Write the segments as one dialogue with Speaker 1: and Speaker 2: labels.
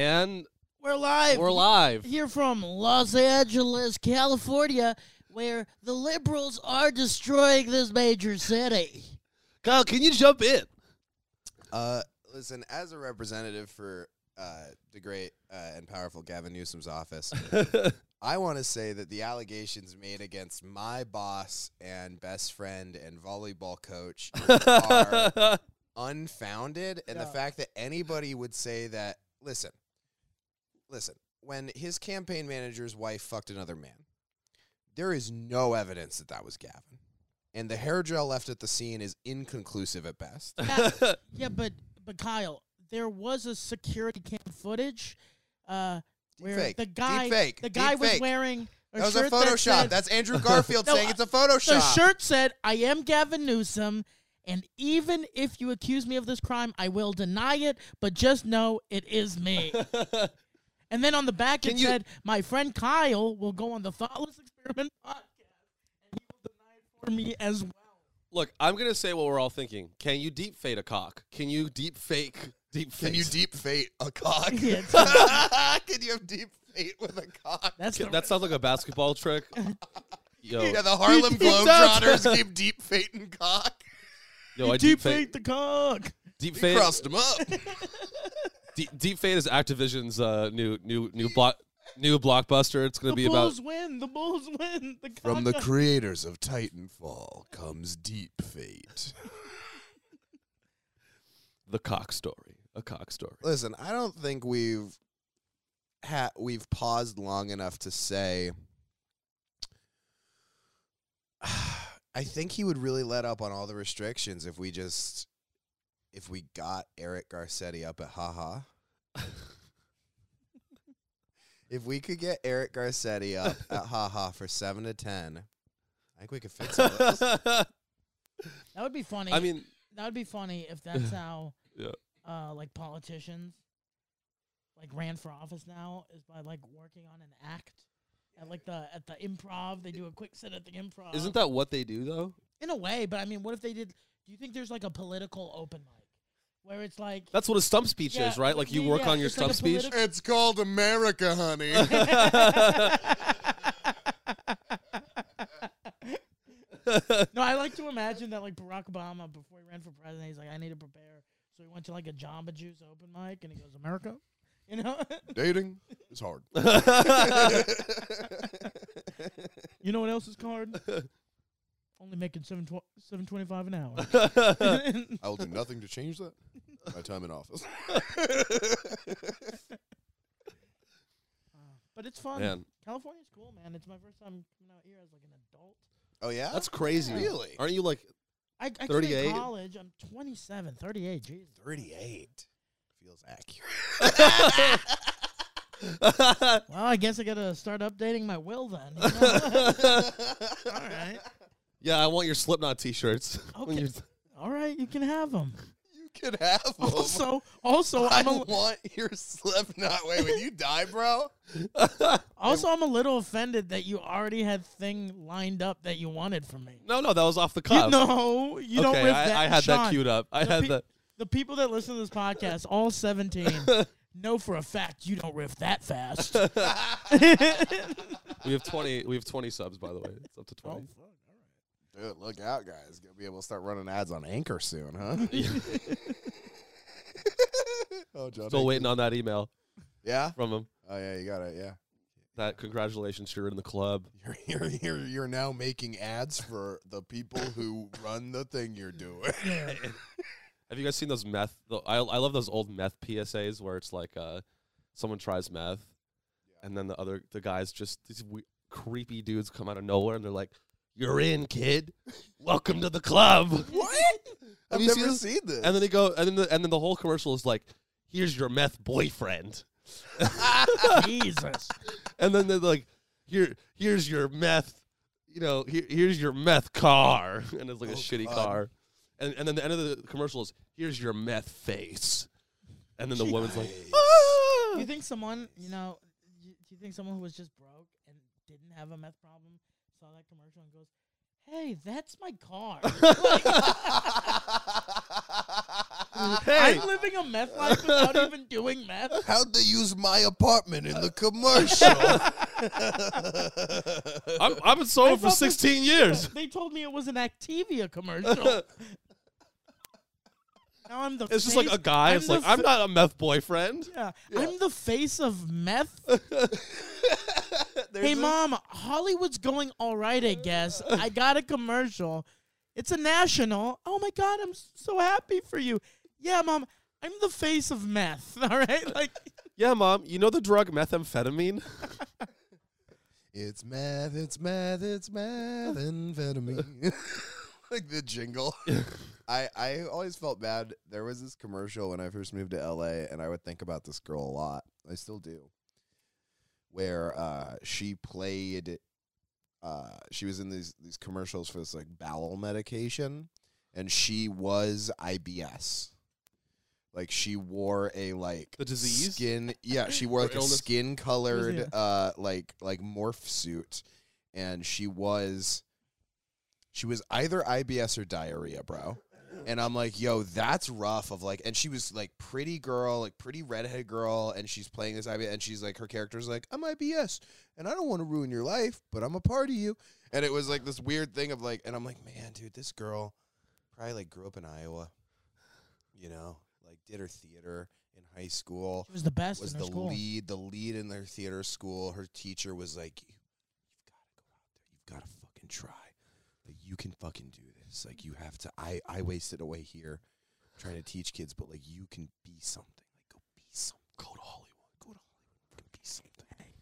Speaker 1: And
Speaker 2: We're live.
Speaker 1: we're live.
Speaker 2: Here from Los Angeles, California, where the liberals are destroying this major city.
Speaker 1: Kyle, can you jump in?
Speaker 3: Uh, listen, as a representative for uh, the great uh, and powerful Gavin Newsom's office, I want to say that the allegations made against my boss and best friend and volleyball coach are unfounded, and the
Speaker 2: Yeah.
Speaker 3: fact that anybody would say that. Listen, listen. When his campaign manager's wife fucked another man, there is no evidence that that was Gavin, and the hair gel left at the scene is inconclusive at best.
Speaker 2: Yeah, yeah, but but Kyle, there was a security cam footage uh, where
Speaker 3: Deepfake.
Speaker 2: the guy
Speaker 3: Deepfake.
Speaker 2: the guy was
Speaker 3: Deepfake.
Speaker 2: wearing a
Speaker 3: That was a
Speaker 2: shirt
Speaker 3: Photoshop.
Speaker 2: That said,
Speaker 3: That's Andrew Garfield
Speaker 2: No,
Speaker 3: saying it's a
Speaker 2: the
Speaker 3: Photoshop.
Speaker 2: shirt said, "I am Gavin Newsom." And even if you accuse me of this crime, I will deny it, but just know it is me. And then on the back
Speaker 1: Can
Speaker 2: it
Speaker 1: you-
Speaker 2: said, "My friend Kyle will go on the Thoughtless Experiment podcast, and he will deny it for me as well."
Speaker 1: Look, I'm gonna say what we're all thinking. Can you deep fade a cock? Can you deep fake deep
Speaker 3: Can you deep fate a cock?
Speaker 2: Yeah,
Speaker 3: Can you have deep fate with a cock?
Speaker 2: That's the,
Speaker 1: That sounds like a basketball trick. Yo,
Speaker 3: yeah, the Harlem
Speaker 2: He- he does.
Speaker 3: Globetrotters keep deep fating cock.
Speaker 1: yo, I
Speaker 2: deep
Speaker 1: deep fade.
Speaker 2: the cock.
Speaker 1: Deep
Speaker 3: He
Speaker 1: fade.
Speaker 3: crossed them up.
Speaker 1: Deep, deep fade is Activision's uh, new new new block new blockbuster. It's gonna
Speaker 2: The
Speaker 1: be about
Speaker 2: Bulls win. The Bulls win. The
Speaker 3: From
Speaker 2: cock
Speaker 3: the
Speaker 2: got-
Speaker 3: creators of Titanfall comes deep fate.
Speaker 1: the cock story. A cock story.
Speaker 3: Listen, I don't think we've ha- we've paused long enough to say. I think he would really let up on all the restrictions if we just if we got Eric Garcetti up at haha. if we could get Eric Garcetti up at haha for seven to ten, I think we could fix all this.
Speaker 2: that would be funny.
Speaker 1: I mean,
Speaker 2: that would be funny if that's how,
Speaker 1: Yeah.
Speaker 2: uh, like politicians, like ran for office now is by like working on an act at like the at the improv. They do a quick sit at the improv.
Speaker 1: isn't that what they do though?
Speaker 2: in a way? But I mean, what if they did? Do you think there's like a political open mic where it's like
Speaker 1: That's what a stump speech
Speaker 2: Yeah,
Speaker 1: is, right? Like you
Speaker 2: yeah,
Speaker 1: work
Speaker 2: yeah,
Speaker 1: on your
Speaker 2: it's like
Speaker 1: stump
Speaker 2: a
Speaker 1: speech.
Speaker 2: politi-
Speaker 3: It's called America, honey.
Speaker 2: no, I like to imagine that like Barack Obama before he ran for president, he's like, I need to prepare. So he went to like a Jamba Juice open mic and he goes, America, you know,
Speaker 3: Dating is hard.
Speaker 2: you know what else is hard? Only making seven tw- seven twenty five an hour.
Speaker 3: I will do nothing to change that. My time in office.
Speaker 2: Uh, but it's fun.
Speaker 1: Man.
Speaker 2: California's cool, man. It's my first time coming out here as like an adult.
Speaker 3: Oh yeah,
Speaker 1: That's crazy.
Speaker 3: Really?
Speaker 1: Aren't you like
Speaker 2: I, I quit
Speaker 1: 38?
Speaker 2: in college. I'm 27, 38. Jesus.
Speaker 3: thirty-eight. Feels accurate.
Speaker 2: Well, I guess I gotta start updating my will then. you know? All right.
Speaker 1: Yeah, I want your Slipknot T-shirts. When
Speaker 2: Okay.
Speaker 1: you're-
Speaker 2: All right, you can have them.
Speaker 3: You could have them.
Speaker 2: Also, also,
Speaker 3: I
Speaker 2: I'm a,
Speaker 3: want your Slipknot. Wait, when you die, bro.
Speaker 2: also I'm a little offended that you already had thing lined up that you wanted from me.
Speaker 1: no, no, that was off the cuff.
Speaker 2: You, no, you don't.
Speaker 1: okay,
Speaker 2: riff
Speaker 1: I,
Speaker 2: that,
Speaker 1: I had that
Speaker 2: Sean,
Speaker 1: queued up. I
Speaker 2: the
Speaker 1: had
Speaker 2: pe-
Speaker 1: that.
Speaker 2: The people that listen to this podcast, all 17, know for a fact you don't riff that fast.
Speaker 1: We have twenty. We have twenty subs, by the way. It's up to
Speaker 2: Oh,
Speaker 1: twenty.
Speaker 3: Dude, look out, guys. Gonna be able to start running ads on Anchor soon, huh? oh, John.
Speaker 1: Still waiting on that email
Speaker 3: Yeah.
Speaker 1: from him.
Speaker 3: Oh yeah, you got it. Yeah.
Speaker 1: That congratulations, you're in the club.
Speaker 3: You're, you're, you're, you're now making ads for the people who run the thing you're doing.
Speaker 2: Yeah.
Speaker 1: Have you guys seen those meth? The, I I love those old meth PSAs where it's like uh, someone tries meth, and then the other the guys just these we, creepy dudes come out of nowhere and they're like, "You're in, kid. Welcome to the club."
Speaker 3: I've
Speaker 1: you seen
Speaker 3: never
Speaker 1: this?
Speaker 3: seen this.
Speaker 1: And then they go, and then the, and then the whole commercial is like, "Here's your meth boyfriend,"
Speaker 2: Jesus.
Speaker 1: and then they're like, "Here, here's your meth, you know, here, here's your meth car," and it's like a
Speaker 3: Oh,
Speaker 1: shitty
Speaker 3: God.
Speaker 1: car, and and then the end of the commercial is, "Here's your meth face," and then the woman's like,
Speaker 3: Nice.
Speaker 1: "Ah!"
Speaker 2: Do you think someone, you know, do you, do you think someone who was just broke and didn't have a meth problem saw that commercial and goes, "Hey, that's my car."
Speaker 1: Hey.
Speaker 2: I'm living a meth life without even doing meth.
Speaker 3: How'd they use my apartment in the commercial?
Speaker 1: I'm I've been
Speaker 2: I
Speaker 1: sober for
Speaker 2: thought this-
Speaker 1: 16 years.
Speaker 2: They told me it was an Activia commercial. now I'm the
Speaker 1: It's just
Speaker 2: face-
Speaker 1: like a guy.
Speaker 2: I'm
Speaker 1: it's
Speaker 2: the
Speaker 1: like I'm
Speaker 2: fa-
Speaker 1: not a meth boyfriend.
Speaker 2: yeah, I'm the face of meth. hey,
Speaker 3: There's a-
Speaker 2: mom, Hollywood's going all right, I guess. I got a commercial. It's a national. Oh my god, I'm so happy for you. Yeah, mom, I'm the face of meth. All right, like
Speaker 1: Yeah, mom. You know the drug methamphetamine?
Speaker 3: It's math, it's math, it's math, amphetamine. like the jingle. I, I always felt bad. There was this commercial when I first moved to LA, and I would think about this girl a lot. I still do. Where uh, she played, uh, she was in these, these commercials for this like bowel medication, and she was IBS. Like she wore a like
Speaker 1: The disease?
Speaker 3: skin. Yeah, she wore
Speaker 1: Or
Speaker 3: like a
Speaker 1: illness?
Speaker 3: skin colored
Speaker 2: Yeah.
Speaker 3: uh like like morph suit and she was she was either IBS or diarrhea, bro. And I'm like, yo, that's rough of like and she was like pretty girl, like pretty redhead girl, and she's playing this IBS and she's like her character's like, I'm IBS and I don't want to ruin your life, but I'm a part of you. And it was like this weird thing of like and I'm like, man, dude, this girl probably like grew up in Iowa, you know, like did her theater in high school
Speaker 2: she was the best
Speaker 3: was
Speaker 2: in her
Speaker 3: the
Speaker 2: school.
Speaker 3: lead the lead in their theater school. Her teacher was like, "You've got to go out there. You've got to fucking try. Like you can fucking do this. Like you have to. I I wasted away here trying to teach kids, but like you can be something. Like go be some. Go to Hollywood. Go to Hollywood. Fucking be something.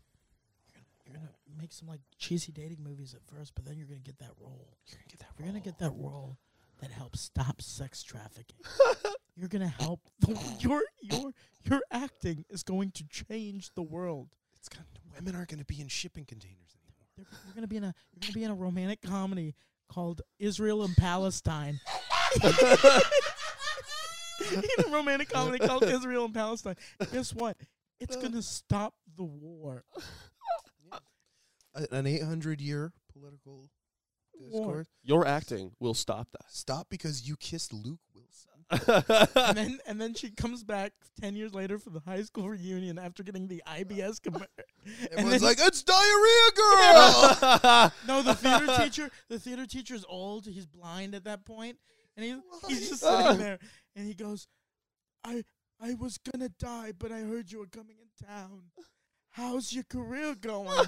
Speaker 2: You're gonna make some like cheesy dating movies at first, but then you're gonna get that role.
Speaker 3: You're gonna get that.
Speaker 2: You're gonna get that role that helps stop sex trafficking. you're gonna help. your your your acting is going to change the world.
Speaker 3: It's gonna, women aren't gonna be in shipping containers anymore.
Speaker 2: They're, you're gonna be in a you're gonna be in a romantic comedy called Israel and Palestine. in a romantic comedy called Israel and Palestine. Guess what?
Speaker 3: Uh.
Speaker 2: It's gonna stop the war.
Speaker 3: A- an 800 year political
Speaker 2: War.
Speaker 3: discourse.
Speaker 1: Your acting will stop
Speaker 3: Stop because you kissed Luke Wilson.
Speaker 1: that.
Speaker 2: and then and then she comes back ten years later for the high school reunion after getting the IBS. Com- and then,
Speaker 3: Everyone's like, it's diarrhea, girl.
Speaker 2: no, the theater teacher, the theater teacher's old. He's blind at that point, and he, he's just
Speaker 3: Oh.
Speaker 2: sitting there, and he goes, "I I was gonna die, but I heard you were coming in town. How's your career going?"
Speaker 3: I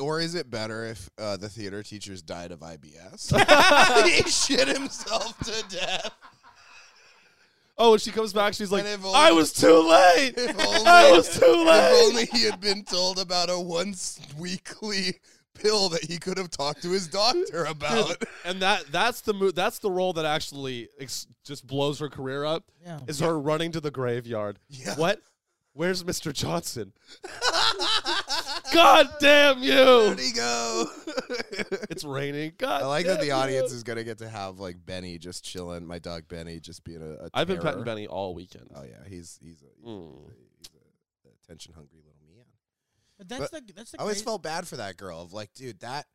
Speaker 3: or is it better if uh, the theater teachers died of IBS? he shit himself to death.
Speaker 1: oh, and she comes back. She's like,
Speaker 3: And if
Speaker 1: I
Speaker 3: only-
Speaker 1: was too late.
Speaker 3: If only,
Speaker 1: I was too
Speaker 3: if
Speaker 1: late.
Speaker 3: only he had been told about a once weekly pill that he could have talked to his doctor about.
Speaker 1: and that that's the mo- that's the role that actually ex- just blows her career up
Speaker 2: Yeah.
Speaker 1: is her running to the graveyard.
Speaker 3: Yeah.
Speaker 1: What? Where's Mr. Johnson? God damn you!
Speaker 3: Where'd he go?
Speaker 1: It's raining. God.
Speaker 3: I like that the
Speaker 1: damn
Speaker 3: audience
Speaker 1: you.
Speaker 3: is gonna get to have like Benny just chilling. My dog Benny just being a. a
Speaker 1: I've been
Speaker 3: terror.
Speaker 1: petting Benny all weekend.
Speaker 3: Oh yeah, he's he's a,
Speaker 1: Mm.
Speaker 3: he's a, attention hungry little man.
Speaker 2: But that's
Speaker 3: But
Speaker 2: the that's the.
Speaker 3: I always
Speaker 2: crazy-
Speaker 3: felt bad for that girl. Of like, dude, that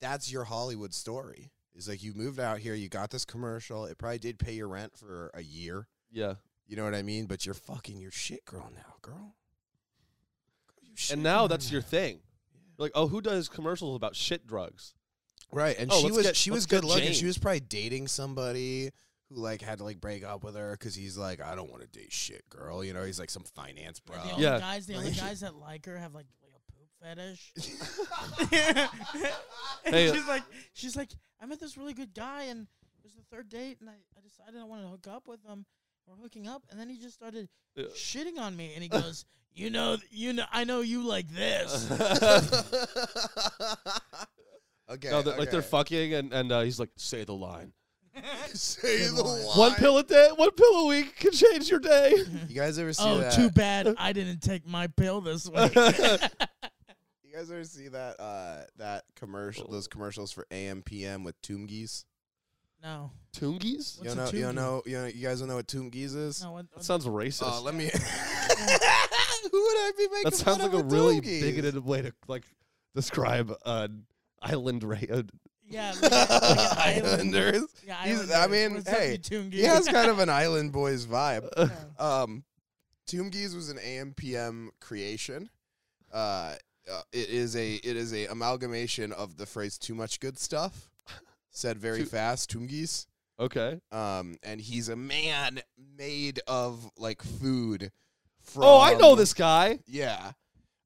Speaker 3: that's your Hollywood story. Is like you moved out here, you got this commercial. It probably did pay your rent for a year.
Speaker 1: Yeah.
Speaker 3: You know what I mean? But you're fucking your shit girl now, girl. Girl, you shit
Speaker 1: And now
Speaker 3: girl
Speaker 1: that's your thing. You're like, oh, who does commercials about shit drugs?
Speaker 3: right. And
Speaker 1: Oh,
Speaker 3: she
Speaker 1: let's
Speaker 3: was
Speaker 1: get-
Speaker 3: she
Speaker 1: let's
Speaker 3: was
Speaker 1: get
Speaker 3: good looking.
Speaker 1: Jane.
Speaker 3: She was probably dating somebody who like had to like break up with her because he's like, I don't want to date shit girl. You know, he's like some finance bro.
Speaker 2: The only
Speaker 1: Yeah.
Speaker 2: guys, the only
Speaker 3: Like-
Speaker 2: guys that like her have like, like a poop fetish. and
Speaker 1: Hey, uh,
Speaker 2: she's like, she's like, I met this really good guy, and it was the third date, and I, I decided I wanted to hook up with him. We're hooking up, and then he just started
Speaker 1: Yeah.
Speaker 2: shitting on me, and he goes, "You know, you know, I know you like this."
Speaker 3: okay.
Speaker 1: No, they're- like they're
Speaker 3: okay.
Speaker 1: fucking, and, and uh, he's like, say the line.
Speaker 3: Say the line.
Speaker 1: One pill a day, one pill a week can change your day.
Speaker 3: You guys ever see
Speaker 2: oh,
Speaker 3: that?
Speaker 2: too bad I didn't take my pill this week.
Speaker 3: You guys ever see that uh that commercial?
Speaker 2: Oh.
Speaker 3: Those commercials for AM PM with Tomb Geese.
Speaker 2: no,
Speaker 1: Tungies?
Speaker 2: What's
Speaker 3: you
Speaker 2: a
Speaker 3: know, you
Speaker 2: Toomgies?
Speaker 3: know, you know, you guys don't know what Tomb Geese is.
Speaker 2: no, what,
Speaker 1: That sounds racist.
Speaker 3: Uh, let me. Who would I be making?
Speaker 1: that sounds
Speaker 3: fun
Speaker 1: like
Speaker 3: of
Speaker 1: a
Speaker 3: with
Speaker 1: really
Speaker 3: Toomgies?
Speaker 1: bigoted way to like describe an island ra- an
Speaker 2: Yeah, like, a- like an island.
Speaker 3: Islanders.
Speaker 2: Yeah,
Speaker 3: He's-
Speaker 2: island.
Speaker 3: I mean, hey, He has kind of an island boys vibe. Um, Tombgees was an AMPM creation. Uh, uh, it is a it is a amalgamation of the phrase "too much good stuff," said very
Speaker 1: Too-
Speaker 3: fast. Tombgees.
Speaker 1: okay.
Speaker 3: Um, and he's a man made of like food. From,
Speaker 1: Oh, I know this guy.
Speaker 3: Yeah.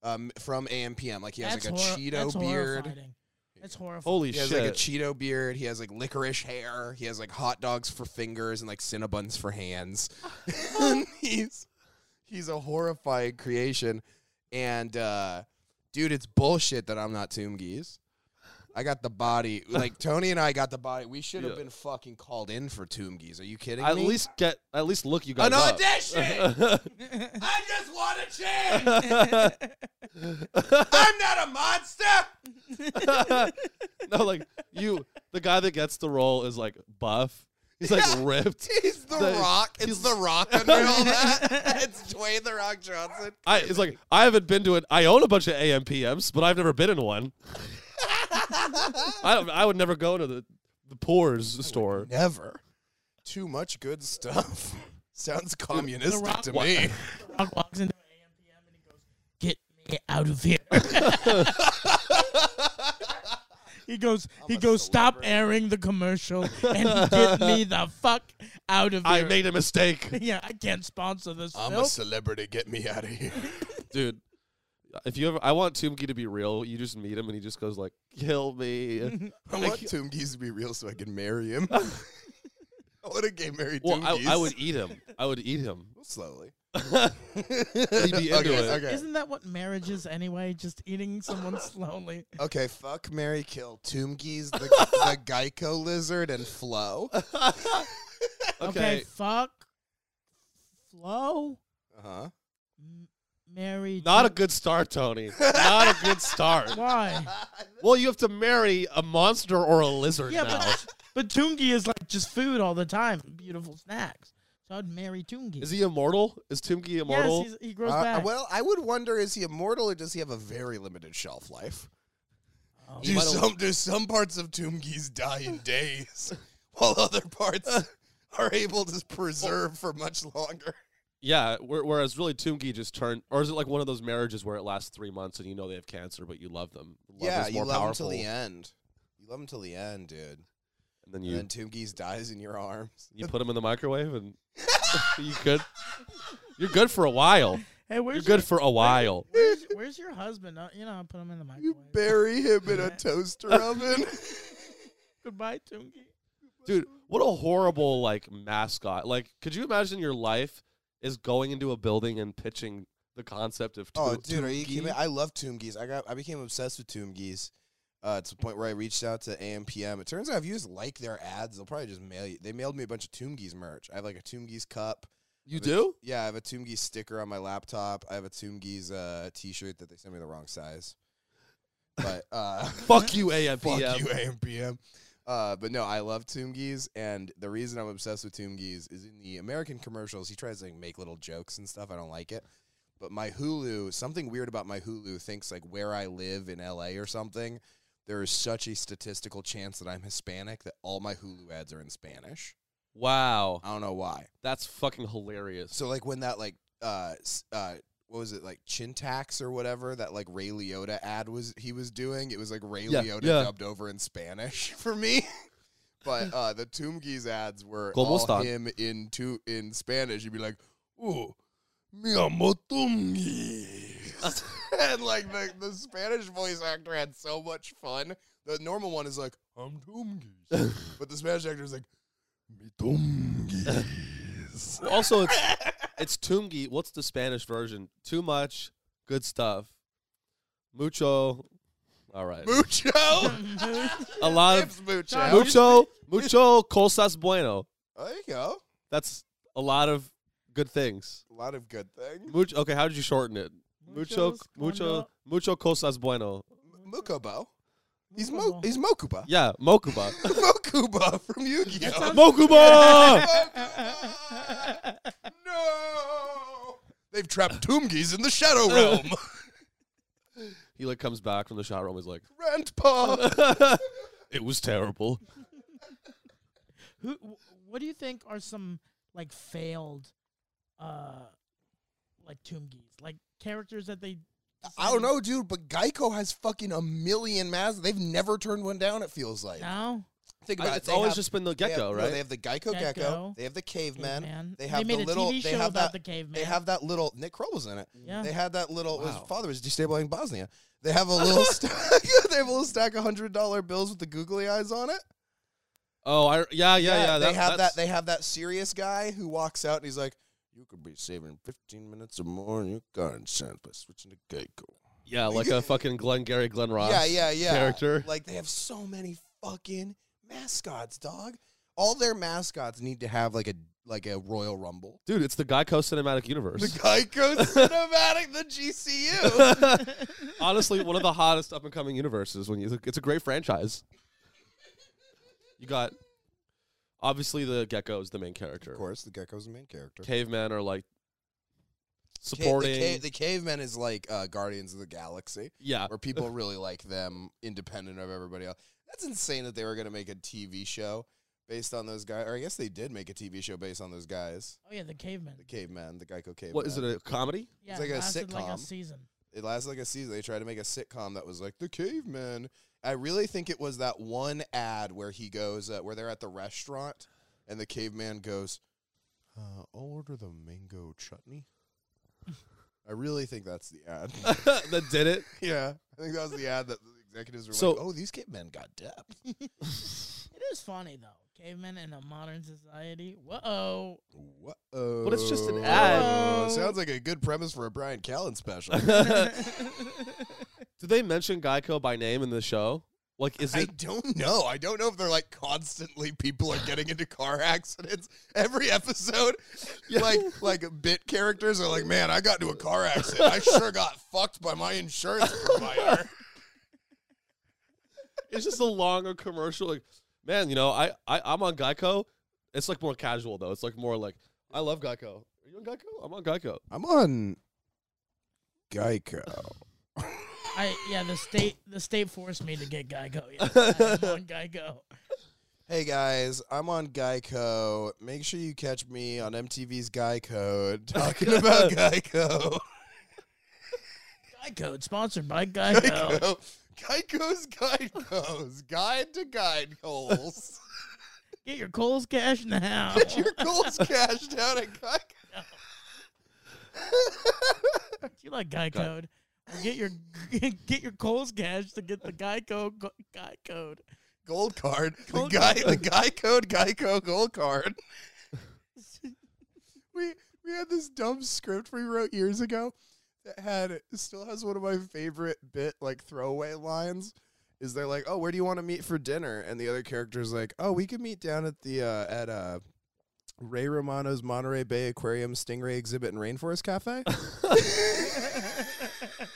Speaker 3: Um, from AMPM, like he has
Speaker 2: that's
Speaker 3: like a
Speaker 2: hor-
Speaker 3: Cheeto
Speaker 2: that's
Speaker 3: beard.
Speaker 2: horrifying. That's horrifying.
Speaker 1: Holy
Speaker 3: He has
Speaker 1: shit.
Speaker 3: like a Cheeto beard. He has like licorice hair. He has like hot dogs for fingers and like Cinnabuns for hands. And he's he's a horrifying creation. And uh, dude, it's bullshit that I'm not Tomb Geese. I got the body. Like Tony and I got the body. We should have
Speaker 1: Yeah.
Speaker 3: been fucking called in for Tomb Geese. Are you kidding
Speaker 1: at
Speaker 3: me?
Speaker 1: least get at least look you guys
Speaker 3: an
Speaker 1: up.
Speaker 3: audition. I just want a chance. I'm not a monster.
Speaker 1: no, like you, the guy that gets the role is like buff. He's like
Speaker 3: Yeah.
Speaker 1: ripped.
Speaker 3: He's the,
Speaker 1: The-
Speaker 3: Rock. It's
Speaker 1: he's-
Speaker 3: the Rock under all that. It's Dwayne the Rock Johnson.
Speaker 1: I it's like I haven't been to it. I own a bunch of AMPMs, but I've never been in one. I don't. I would never go to the the Poor's store.
Speaker 3: Never. Too much good stuff. Sounds communistic
Speaker 2: Rock-
Speaker 3: to me.
Speaker 2: Rock walks into AMPM and he goes, "Get me out of here." he goes, he
Speaker 3: a
Speaker 2: goes, stop
Speaker 3: celebrity."
Speaker 2: airing the commercial and get me the fuck out of here.
Speaker 1: I made a mistake,
Speaker 2: yeah, I can't sponsor this
Speaker 3: I'm
Speaker 2: film.
Speaker 3: a celebrity. Get me out of here.
Speaker 1: dude. If you ever, I want Toomki to be real. You just meet him and he just goes like, "Kill me."
Speaker 3: I want Tomb Geese to be real so I can marry him. I want a gay married
Speaker 1: well,
Speaker 3: Tomb
Speaker 1: I,
Speaker 3: Geese.
Speaker 1: I would eat him. I would eat him.
Speaker 3: Slowly.
Speaker 1: be into
Speaker 3: okay,
Speaker 1: it.
Speaker 3: okay.
Speaker 2: Isn't that what marriage is anyway? Just eating someone slowly.
Speaker 3: Okay, fuck Mary Kill, Tomb Geese, the, the Geico lizard, and Flo. Uh
Speaker 2: Okay,
Speaker 1: Okay.
Speaker 2: fuck. Flo,
Speaker 3: huh.
Speaker 2: M- marry.
Speaker 1: Not a
Speaker 2: Jim-
Speaker 1: good start, Tony. Not a good start.
Speaker 2: Why?
Speaker 1: Well, you have to marry a monster or a lizard
Speaker 2: Yeah,
Speaker 1: now.
Speaker 2: but, but Toongi is like just food all the time, beautiful snacks. So I'd marry Toongi.
Speaker 1: Is he immortal? Is Toomki immortal?
Speaker 2: Yes, he's, he grows
Speaker 3: Uh,
Speaker 2: back.
Speaker 3: well, I would wonder: is he immortal, or does he have a very limited shelf life?
Speaker 2: Oh.
Speaker 3: Do
Speaker 1: might al-
Speaker 3: some do some parts of Tomb Geese die in days, while other parts are able to preserve for much longer?
Speaker 1: yeah. whe- Whereas really, Toomki just turned, or is it like one of those marriages where it lasts three months and you know they have cancer, but you love them? Love is more powerful.
Speaker 3: end. You love him till the end, dude.
Speaker 1: And then you
Speaker 3: Tomb Geese dies in your arms.
Speaker 1: you put them in the microwave and you good. You're good for a while.
Speaker 2: hey,
Speaker 1: You're
Speaker 2: where's
Speaker 1: good for a while.
Speaker 2: Your, where's, where's your husband? Uh, you know, I put him in the microwave.
Speaker 3: You bury him in
Speaker 2: in
Speaker 3: a
Speaker 2: a
Speaker 3: toaster oven.
Speaker 2: Goodbye, Toongi.
Speaker 1: dude what a horrible like mascot like could you imagine your life is going into a building and pitching the concept of
Speaker 3: Oh,
Speaker 1: Toon-
Speaker 3: dude, are you
Speaker 1: Toongi?
Speaker 3: kidding? I love Tomb Geese. I got, I became obsessed with Tomb Geese. Uh, to the point where I reached out to AMPM. It turns out if you just like their ads, they'll probably just mail you. They mailed me a bunch of Tomb Geese merch. I have like a Tomb Geese cup.
Speaker 1: you
Speaker 3: I have a-
Speaker 1: do
Speaker 3: Yeah, I have a Tomb Geese sticker on my laptop. I have a Tomb Geese uh, T-shirt that they sent me the wrong size. But uh,
Speaker 1: fuck you AMPM.
Speaker 3: fuck you, AMPM. Uh, but no, I love Tomb Geese, and the reason I'm obsessed with Tomb Geese is in the American commercials. He tries to like, make little jokes and stuff. I don't like it. But my Hulu, something weird about my Hulu thinks like where I live in LA or something. There is such a statistical chance that I'm Hispanic that all my Hulu ads are in Spanish.
Speaker 1: wow
Speaker 3: I don't know why.
Speaker 1: that's fucking hilarious
Speaker 3: So like when that like uh s- uh what was it like chin tax or whatever that like Ray Liotta ad was he was doing it was like Ray
Speaker 1: Yeah,
Speaker 3: Liotta
Speaker 1: yeah.
Speaker 3: dubbed over in Spanish for me. But uh the Tomb Geese ads were
Speaker 1: Como
Speaker 3: all
Speaker 1: están?
Speaker 3: him in tu- in Spanish. You'd be like, "Oh, me amo Tomb Geese," and like the, the Spanish voice actor had so much fun. The normal one is like, "I'm Tomb Geese," but the Spanish actor is like, "Me Tomb Geese."
Speaker 1: also it's it's Toomgi what's the Spanish version too much good stuff mucho all right Oh.
Speaker 3: Mucho.
Speaker 1: a lot of
Speaker 3: Tips, Mucho.
Speaker 2: John,
Speaker 3: Mucho.
Speaker 1: mucho mucho cosas bueno
Speaker 3: There you go.
Speaker 1: that's a lot of good things
Speaker 3: A lot of good things.
Speaker 1: mucho okay how did you shorten it Mucho,
Speaker 2: Muchos
Speaker 1: mucho,
Speaker 2: cuando-
Speaker 1: mucho cosas bueno.
Speaker 3: M- Mukobo. He's Mo-
Speaker 2: Mukobo.
Speaker 3: he's Mokuba.
Speaker 1: Yeah, Mokuba.
Speaker 3: Mokuba from Yu-Gi-Oh.
Speaker 1: Mokuba!
Speaker 3: no. They've trapped Toomgis in the Shadow Realm.
Speaker 1: he like comes back from the shot room. He's like,
Speaker 3: Grandpa.
Speaker 1: It was terrible.
Speaker 2: Who? wh- What do you think are some like failed, uh, like Tomb Geese, like characters that they?
Speaker 3: I don't know, dude, but Geico has fucking a million masks. They've never turned one down. It feels like.
Speaker 2: No.
Speaker 3: Think
Speaker 1: I-
Speaker 3: about it.
Speaker 1: it's
Speaker 3: they
Speaker 1: always
Speaker 3: have-
Speaker 1: just been the
Speaker 3: they have-
Speaker 1: gecko,
Speaker 3: no,
Speaker 1: right?
Speaker 3: they have the Geico gecko.
Speaker 2: Gecko.
Speaker 3: They have the caveman.
Speaker 2: Caveman.
Speaker 3: They have
Speaker 2: made
Speaker 3: the
Speaker 2: a
Speaker 3: little.
Speaker 2: TV
Speaker 3: they
Speaker 2: show
Speaker 3: have
Speaker 2: about
Speaker 3: that.
Speaker 2: the caveman.
Speaker 3: They have that little. Nick Kroll's in it.
Speaker 2: Yeah.
Speaker 3: They had that little.
Speaker 1: Wow.
Speaker 3: His father was destabilizing Bosnia. They have a little stack. they have a little stack of hundred dollar bills with the googly eyes on it.
Speaker 1: Oh, I yeah, yeah, yeah.
Speaker 3: they
Speaker 1: that-
Speaker 3: have
Speaker 1: that's-
Speaker 3: that. They have that serious guy who walks out and he's like, "You could be saving fifteen minutes or more on your car insurance by switching to Geico."
Speaker 1: yeah, like a fucking Glenn Gary Glenn Ross.
Speaker 3: yeah, yeah, yeah.
Speaker 1: character.
Speaker 3: Like they have so many fucking mascots, dog. All their mascots need to have like a like a Royal Rumble.
Speaker 1: Dude, it's the Geico cinematic universe.
Speaker 3: The Geico Cinematic, the GCU.
Speaker 1: Honestly, one of the hottest up and coming universes. When you, it's a great franchise. You got obviously the gecko is the main character.
Speaker 3: Of course, the Gecko's the main character.
Speaker 1: Cavemen are like
Speaker 3: Ca-
Speaker 1: supporting.
Speaker 3: the, ca- the cavemen is like uh, Guardians of the Galaxy,
Speaker 1: yeah,
Speaker 3: where people really like them, independent of everybody else. That's insane that they were gonna make a TV show based on those guys. Or I guess they did make a TV show based on those guys.
Speaker 2: Oh yeah, the caveman.
Speaker 3: The cavemen, the Geico cavemen.
Speaker 1: what is it? A comedy?
Speaker 2: Yeah,
Speaker 3: like
Speaker 2: it
Speaker 3: a
Speaker 2: lasted Like a
Speaker 3: sitcom.
Speaker 2: season.
Speaker 3: it lasted like a season. They tried to make a sitcom that was like the caveman. I really think it was that one ad where he goes, uh, where they're at the restaurant, and the caveman goes, uh, "I'll order the mango chutney." I really think that's the ad.
Speaker 1: that did it.
Speaker 3: yeah, I think that was the ad that the executives were
Speaker 1: So-
Speaker 3: like, "Oh, these cavemen got depth."
Speaker 2: It is funny though. Cavemen in a modern society. Whoa.
Speaker 3: Whoa.
Speaker 1: But it's just an ad.
Speaker 2: Whoa.
Speaker 3: Uh, Sounds like a good premise for a Brian Callen special.
Speaker 1: Did they mention Geico by name in the show? Like, is
Speaker 3: I
Speaker 1: it?
Speaker 3: don't know. I don't know if they're like constantly people are getting into car accidents every episode.
Speaker 1: Yeah.
Speaker 3: Like like bit characters are like, man, I got into a car accident. I sure got fucked by my insurance provider.
Speaker 1: It's just a longer commercial. Like, man, you know, I, I I'm on Geico. It's like more casual though. It's like more like I love Geico. Are you on Geico? I'm on Geico.
Speaker 3: I'm on Geico.
Speaker 2: I yeah, the state the state forced me to get Geico. Yeah, I'm on Geico.
Speaker 3: Hey guys, I'm on Geico. Make sure you catch me on MTV's Geico talking about Geico.
Speaker 2: Geico, it's sponsored by Geico.
Speaker 3: Geico's Geico's Guide to Guide Holes.
Speaker 2: Get your Coles cash now.
Speaker 3: Get your goals cashed out at Geico.
Speaker 2: Do you like Guy Code? Or Get your get your Coles cash to get the Geico go- Guy Code.
Speaker 3: Gold card.
Speaker 2: Gold
Speaker 3: the guy the guy code Geico gold card. we we had this dumb script we wrote years ago that had it still has one of my favorite bit like throwaway lines. Is they're like, oh, where do you want to meet for dinner? And the other character's like, oh, we could meet down at the uh, at uh, Ray Romano's Monterey Bay Aquarium Stingray Exhibit and Rainforest Cafe.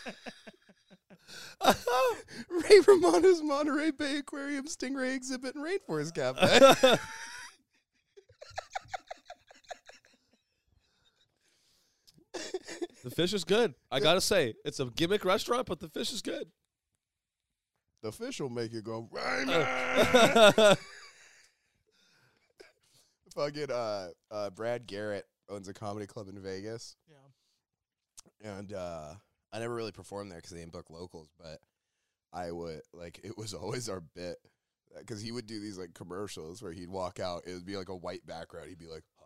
Speaker 3: Ray Romano's Monterey Bay Aquarium Stingray Exhibit and Rainforest Cafe.
Speaker 1: The fish is good. I gotta say, it's a gimmick restaurant, but the fish is good.
Speaker 3: the fish will make you go, Raymond! Fucking uh, uh, Brad Garrett owns a comedy club in Vegas.
Speaker 2: Yeah.
Speaker 3: And uh, I never really performed there because they didn't book locals, but I would, like, it was always our bit. Because he would do these, like, commercials where he'd walk out. It would be, like, a white background. He'd be like, Hi,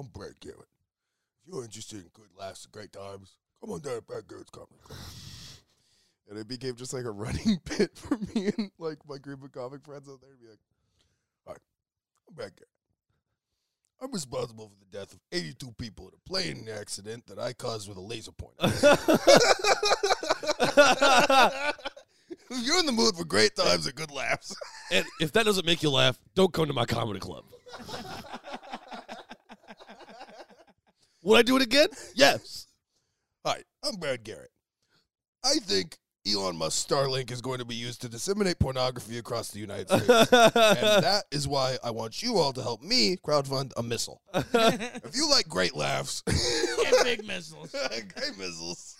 Speaker 3: I'm Brad Garrett. If you're interested in good laughs and great times, come on down to Brad Garrett's Comedy Club. and it became just, like, a running bit for me and, like, my group of comic friends out there. to be like, Hi, I'm Brad Garrett. I'm responsible for the death of 82 people in a plane accident that I caused with a laser pointer. if you're in the mood for great times and good laughs,
Speaker 1: and if that doesn't make you laugh, don't come to my comedy club. Would I do it again? Yes.
Speaker 3: Hi, I'm Brad Garrett. I think Elon Musk's Starlink is going to be used to disseminate pornography across the United States. and that is why I want you all to help me crowdfund a missile. if you like great laughs,
Speaker 2: Get big missiles,
Speaker 3: great missiles.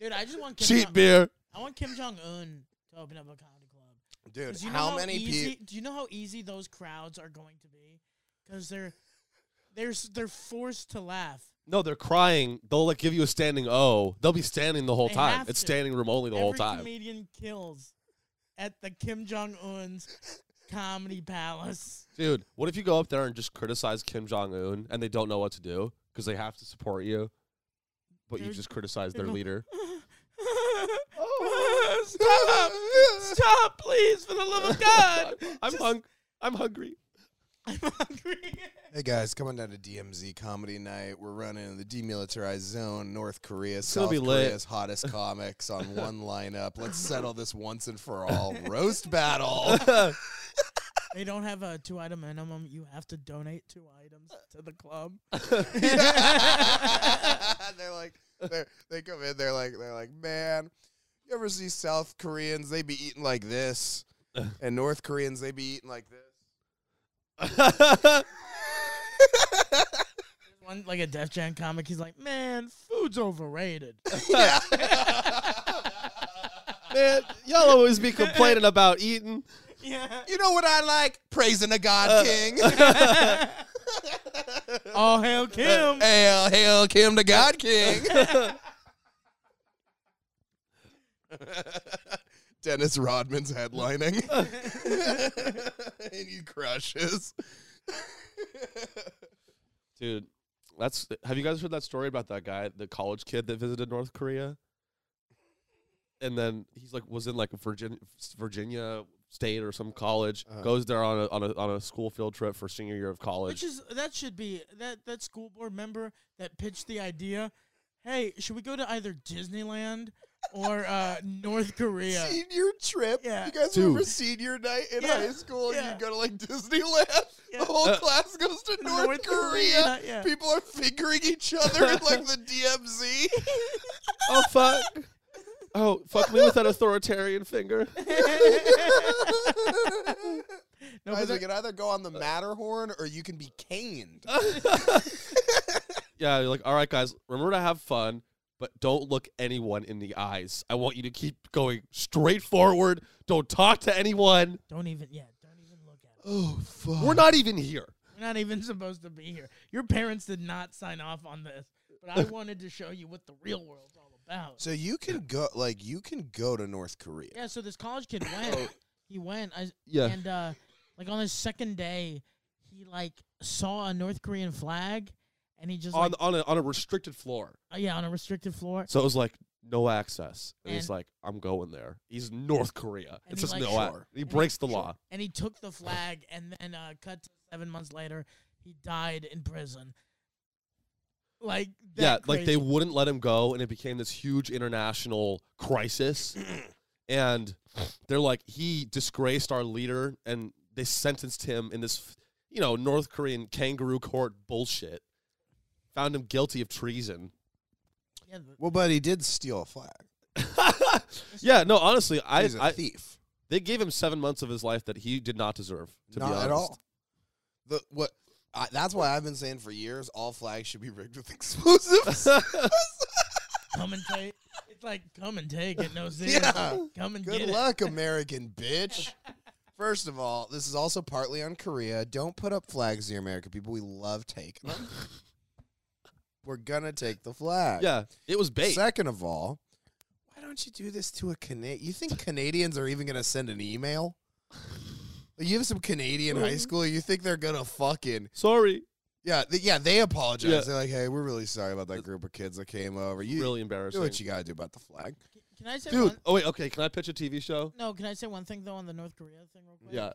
Speaker 2: dude. I just want Kim
Speaker 1: Cheap
Speaker 2: Jong-
Speaker 1: beer.
Speaker 2: I want Kim Jong Un to open up a comedy club.
Speaker 4: Dude,
Speaker 2: 'Cause you know
Speaker 4: how many
Speaker 2: easy,
Speaker 4: people?
Speaker 2: Do you know how easy those crowds are going to be? Because they're they're s- they're forced to laugh.
Speaker 1: No, they're crying. They'll like give you a standing O. They'll be standing the whole
Speaker 2: They
Speaker 1: time.
Speaker 2: have
Speaker 1: It's
Speaker 2: to.
Speaker 1: standing room only the
Speaker 2: Every
Speaker 1: whole time.
Speaker 2: comedian kills at the Kim Jong Un's comedy palace.
Speaker 1: Dude, what if you go up there and just criticize Kim Jong Un and they don't know what to do because they have to support you, but you
Speaker 2: They're-
Speaker 1: just criticize their
Speaker 2: they're-
Speaker 1: leader?
Speaker 4: Oh.
Speaker 2: Stop! Stop, please, for the love of God!
Speaker 1: I'm
Speaker 2: Just-
Speaker 1: hung. I'm hungry.
Speaker 2: I'm hungry.
Speaker 4: Hey guys, come on down to DMZ Comedy Night. We're running the demilitarized zone, North Korea,
Speaker 1: gonna
Speaker 4: South
Speaker 1: be lit.
Speaker 4: Korea's hottest comics on one lineup. Let's settle this once and for all. Roast battle.
Speaker 2: they don't have a two item minimum. You have to donate two items to the club.
Speaker 4: they're like,
Speaker 3: they're, they come in, they're like, they're like, man, you ever see South Koreans? They be eating like this, and North Koreans they be eating like this.
Speaker 2: One like a Def Jam comic, he's like, "Man, food's overrated."
Speaker 1: Man, y'all always be complaining about eating.
Speaker 2: yeah.
Speaker 4: you know what I like? Praising a God
Speaker 1: Uh,
Speaker 4: King.
Speaker 2: All hail Kim.
Speaker 4: hail, hail, Kim the God King.
Speaker 3: Dennis Rodman's headlining, and he crushes.
Speaker 1: Dude, that's. Have you guys heard that story about that guy, the college kid that visited North Korea? And then he's like, was in like Virginia, Virginia State or some college. Goes there on a, on a on a school field trip for senior year of college.
Speaker 2: Which is that should be that that school board member that pitched the idea. Hey, should we go to either Disneyland or uh, North Korea?
Speaker 3: Senior trip.
Speaker 2: Yeah.
Speaker 3: You guys
Speaker 1: Dude.
Speaker 3: remember senior night in
Speaker 2: Yeah.
Speaker 3: high school? and
Speaker 2: Yeah.
Speaker 3: You go to like Disneyland.
Speaker 2: Yeah.
Speaker 3: The whole
Speaker 1: Uh,
Speaker 3: class goes to North, Korea.
Speaker 2: Yeah.
Speaker 3: People are fingering each other in like the DMZ.
Speaker 1: oh fuck! Oh fuck me with that authoritarian finger.
Speaker 2: No, but
Speaker 3: Guys, we
Speaker 2: that-
Speaker 3: can either go on the Matterhorn or you can be caned.
Speaker 1: Yeah, you're like, all right, guys, remember to have fun, but don't look anyone in the eyes. I want you to keep going straight forward. Don't talk to anyone.
Speaker 2: don't even yeah, don't even look at it.
Speaker 3: Oh fuck!
Speaker 1: We're not even here.
Speaker 2: We're not even supposed to be here. Your parents did not sign off on this, but I wanted to show you what the real world's all about.
Speaker 3: So you can go, like you can go to North Korea.
Speaker 2: Yeah, so this college kid
Speaker 3: Oh.
Speaker 2: went. he went. I,
Speaker 1: Yeah.
Speaker 2: And uh, like on his second day, he like saw a North Korean flag, and he just
Speaker 1: on
Speaker 2: like,
Speaker 1: on a, on a restricted floor.
Speaker 2: uh, yeah on a restricted floor.
Speaker 1: So it was like no access. And, he's
Speaker 2: And-
Speaker 1: like, I'm going there. He's North Korea.
Speaker 2: And
Speaker 1: It's
Speaker 2: he,
Speaker 1: just
Speaker 2: like,
Speaker 1: no access.
Speaker 3: Sure.
Speaker 1: He breaks the law.
Speaker 2: And he took the flag, and then uh, cut to seven months later, he died in prison. Like that
Speaker 1: yeah, like they
Speaker 2: crazy.
Speaker 1: wouldn't let him go, and it became this huge international crisis. and they're like, he disgraced our leader, and they sentenced him in this, you know, North Korean kangaroo court bullshit. Found him guilty of treason.
Speaker 2: Yeah, the-
Speaker 3: Well, but he did steal a flag.
Speaker 1: yeah, no, honestly, I,
Speaker 3: He's a
Speaker 1: I
Speaker 3: thief.
Speaker 1: they gave him seven months of his life that he did not deserve. To be
Speaker 3: Not
Speaker 1: honest.
Speaker 3: at all. The what? I, that's why I've been saying for years, all flags should be rigged with explosives.
Speaker 2: come and take. It's like come and take it, no zero.
Speaker 3: Yeah.
Speaker 2: Come and
Speaker 3: Good
Speaker 2: get
Speaker 3: luck, American bitch. First of all, this is also partly on Korea. Don't put up flags near American people. We love taking them. We're gonna take the flag.
Speaker 1: Yeah, it was bait.
Speaker 3: Second of all, why don't you do this to a Canadian? You think Canadians are even gonna send an email? You have some Canadian
Speaker 1: Mm-hmm.
Speaker 3: high school. You think they're gonna fucking
Speaker 1: Sorry,
Speaker 3: yeah th- yeah? They apologize.
Speaker 1: Yeah.
Speaker 3: They're like, hey, we're really sorry about that group of kids that came over. You
Speaker 1: really
Speaker 3: do
Speaker 1: embarrassing.
Speaker 3: what you gotta do about the flag.
Speaker 2: it. Can I say
Speaker 1: Dude,
Speaker 2: one?
Speaker 1: oh wait, okay. Can I pitch a TV show?
Speaker 2: No, can I say one thing though on the North Korea thing real quick?
Speaker 1: Yeah,